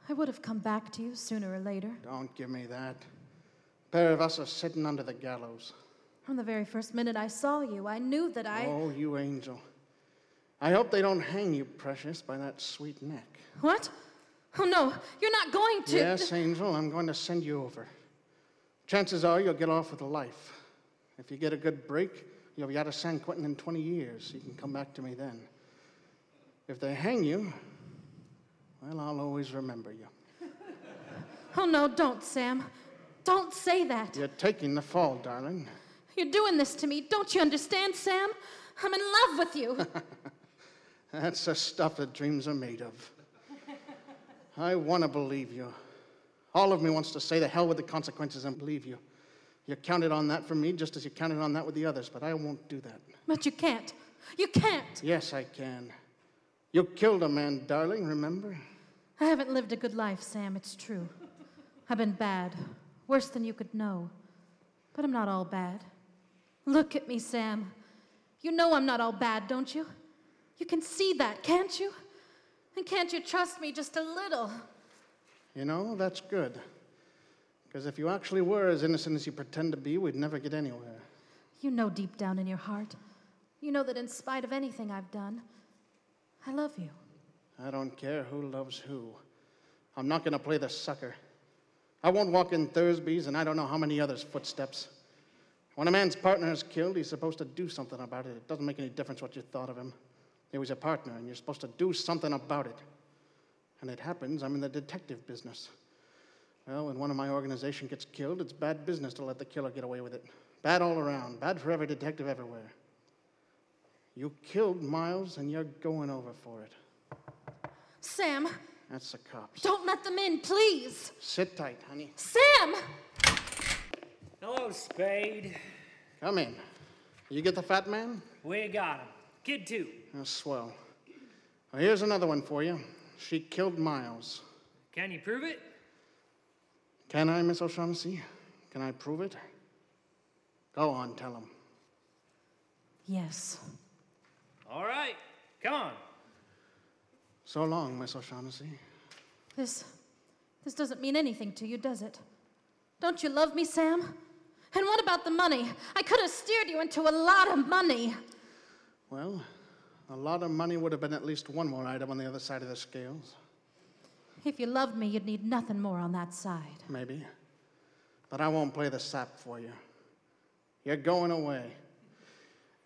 Speaker 7: I would have come back to you sooner or later.
Speaker 4: Don't give me that. A pair of us are sitting under the gallows.
Speaker 7: From the very first minute I saw you, I knew that I
Speaker 4: Oh, you angel. I hope they don't hang you, precious, by that sweet neck.
Speaker 7: What? Oh no, you're not going to
Speaker 4: Yes, Angel, I'm going to send you over. Chances are you'll get off with a life. If you get a good break, you'll be out of San Quentin in 20 years. You can come back to me then. If they hang you, well, I'll always remember you.
Speaker 7: Oh no, don't, Sam. Don't say that.
Speaker 4: You're taking the fall, darling.
Speaker 7: You're doing this to me. Don't you understand, Sam? I'm in love with you.
Speaker 4: That's the stuff that dreams are made of. I want to believe you. All of me wants to say the hell with the consequences and believe you. You counted on that for me just as you counted on that with the others, but I won't do that.
Speaker 7: but you can't. You can't.
Speaker 4: Yes, I can. You killed a man, darling, remember?
Speaker 7: I haven't lived a good life, Sam, it's true. I've been bad, worse than you could know. But I'm not all bad. Look at me, Sam. You know I'm not all bad, don't you? You can see that, can't you? And can't you trust me just a little?
Speaker 4: You know, that's good. Because if you actually were as innocent as you pretend to be, we'd never get anywhere.
Speaker 7: You know deep down in your heart. You know that in spite of anything I've done, I love you.
Speaker 4: I don't care who loves who. I'm not going to play the sucker. I won't walk in Thursby's and I don't know how many others' footsteps. When a man's partner is killed, he's supposed to do something about it. It doesn't make any difference what you thought of him. He was a partner, and you're supposed to do something about it. And it happens, I'm in the detective business. Well, when one of my organization gets killed, it's bad business to let the killer get away with it. Bad all around, bad for every detective everywhere. You killed Miles, and you're going over for it.
Speaker 7: Sam,
Speaker 4: That's the cops.
Speaker 7: don't let them in, please!
Speaker 4: Sit tight, honey.
Speaker 7: Sam!
Speaker 5: Hello, Spade.
Speaker 4: Come in. You get the fat man?
Speaker 5: We got him. Kid two.
Speaker 4: Oh, swell. Well, here's another one for you. She killed Miles.
Speaker 5: Can you prove it?
Speaker 4: Can I, Miss O'Shaughnessy? Can I prove it? Go on, tell him.
Speaker 7: Yes.
Speaker 5: All right. Come on.
Speaker 4: So long, Miss O'Shaughnessy.
Speaker 7: This. this doesn't mean anything to you, does it? Don't you love me, Sam? And what about the money? I could have steered you into a lot of money.
Speaker 4: Well, a lot of money would have been at least one more item on the other side of the scales,
Speaker 7: If you loved me, you'd need nothing more on that side.
Speaker 4: maybe. But I won't play the sap for you. You're going away.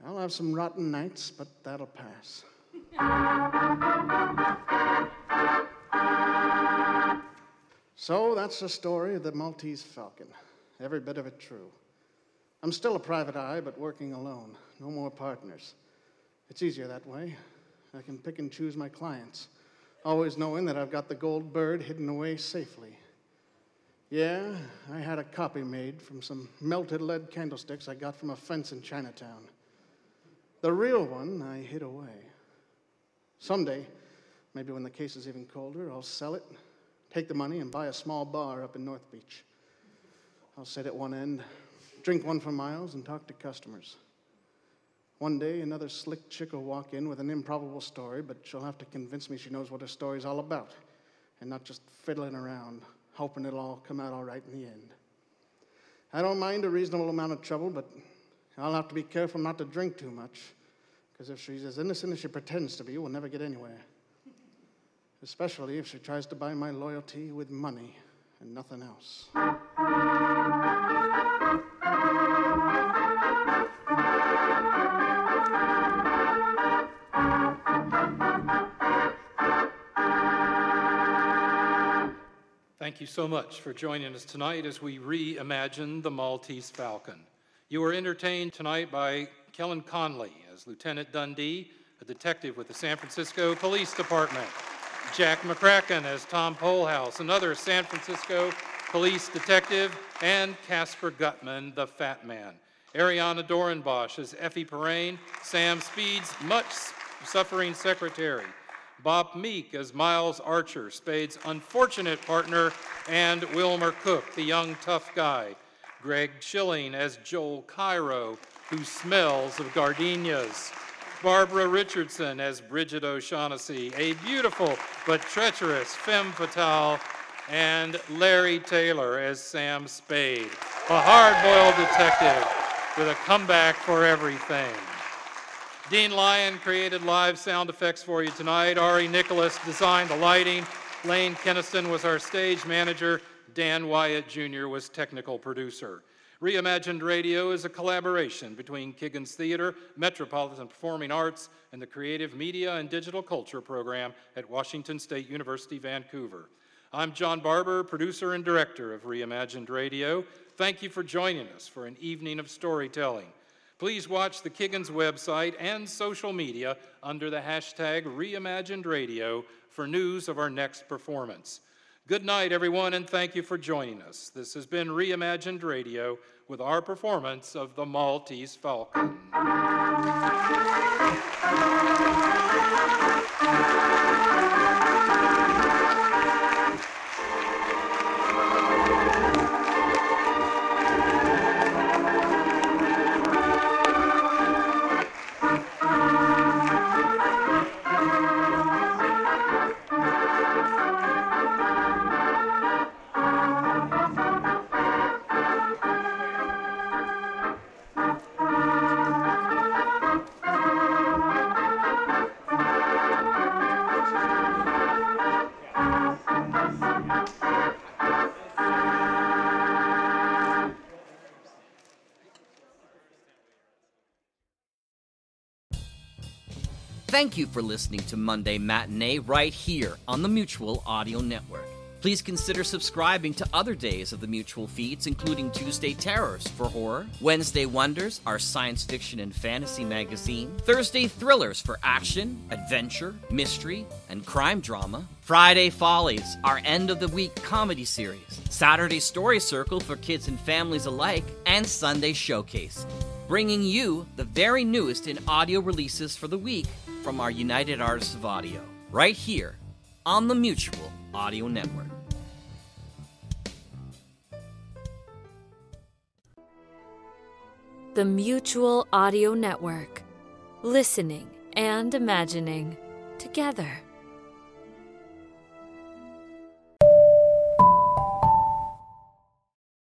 Speaker 4: I'll have some rotten nights, but that'll pass. So that's the story of the Maltese Falcon. Every bit of it true. I'm still a private eye, but working alone. No more partners. It's easier that way. I can pick and choose my clients, always knowing that I've got the gold bird hidden away safely. Yeah, I had a copy made from some melted lead candlesticks I got from a fence in Chinatown. The real one I hid away. Someday, maybe when the case is even colder, I'll sell it, take the money, and buy a small bar up in North Beach. I'll sit at one end, drink one for miles, and talk to customers. One day, another slick chick will walk in with an improbable story, but she'll have to convince me she knows what her story's all about and not just fiddling around, hoping it'll all come out all right in the end. I don't mind a reasonable amount of trouble, but I'll have to be careful not to drink too much, because if she's as innocent as she pretends to be, we'll never get anywhere. Especially if she tries to buy my loyalty with money and nothing else.
Speaker 3: Thank you so much for joining us tonight as we reimagine the Maltese Falcon. You were entertained tonight by Kellen Conley as Lieutenant Dundee, a detective with the San Francisco Police Department, Jack McCracken as Tom Polehouse, another San Francisco police detective, and Casper Gutman, the Fat Man. Ariana Dorenbosch as Effie Perrine, Sam Speed's much suffering secretary. Bob Meek as Miles Archer, Spade's unfortunate partner, and Wilmer Cook, the young tough guy. Greg Schilling as Joel Cairo, who smells of gardenias. Barbara Richardson as Bridget O'Shaughnessy, a beautiful but treacherous femme fatale. And Larry Taylor as Sam Spade, a hard boiled detective with a comeback for everything. Dean Lyon created live sound effects for you tonight. Ari Nicholas designed the lighting. Lane Keniston was our stage manager. Dan Wyatt Jr. was technical producer. Reimagined Radio is a collaboration between Kiggins Theater, Metropolitan Performing Arts, and the Creative Media and Digital Culture Program at Washington State University, Vancouver. I'm John Barber, producer and director of Reimagined Radio. Thank you for joining us for an evening of storytelling. Please watch the Kiggins website and social media under the hashtag reimaginedradio for news of our next performance. Good night, everyone, and thank you for joining us. This has been Reimagined Radio with our performance of The Maltese Falcon.
Speaker 12: Thank you. Thank you for listening to Monday Matinee right here on the Mutual Audio Network. Please consider subscribing to other days of the Mutual feeds, including Tuesday Terrors for horror, Wednesday Wonders, our science fiction and fantasy magazine, Thursday Thrillers for action, adventure, mystery, and crime drama, Friday Follies, our end of the week comedy series, Saturday Story Circle for kids and families alike, and Sunday Showcase, bringing you the very newest in audio releases for the week from our United Artists of Audio, right here on the Mutual Audio Network.
Speaker 1: The Mutual Audio Network. Listening and imagining together.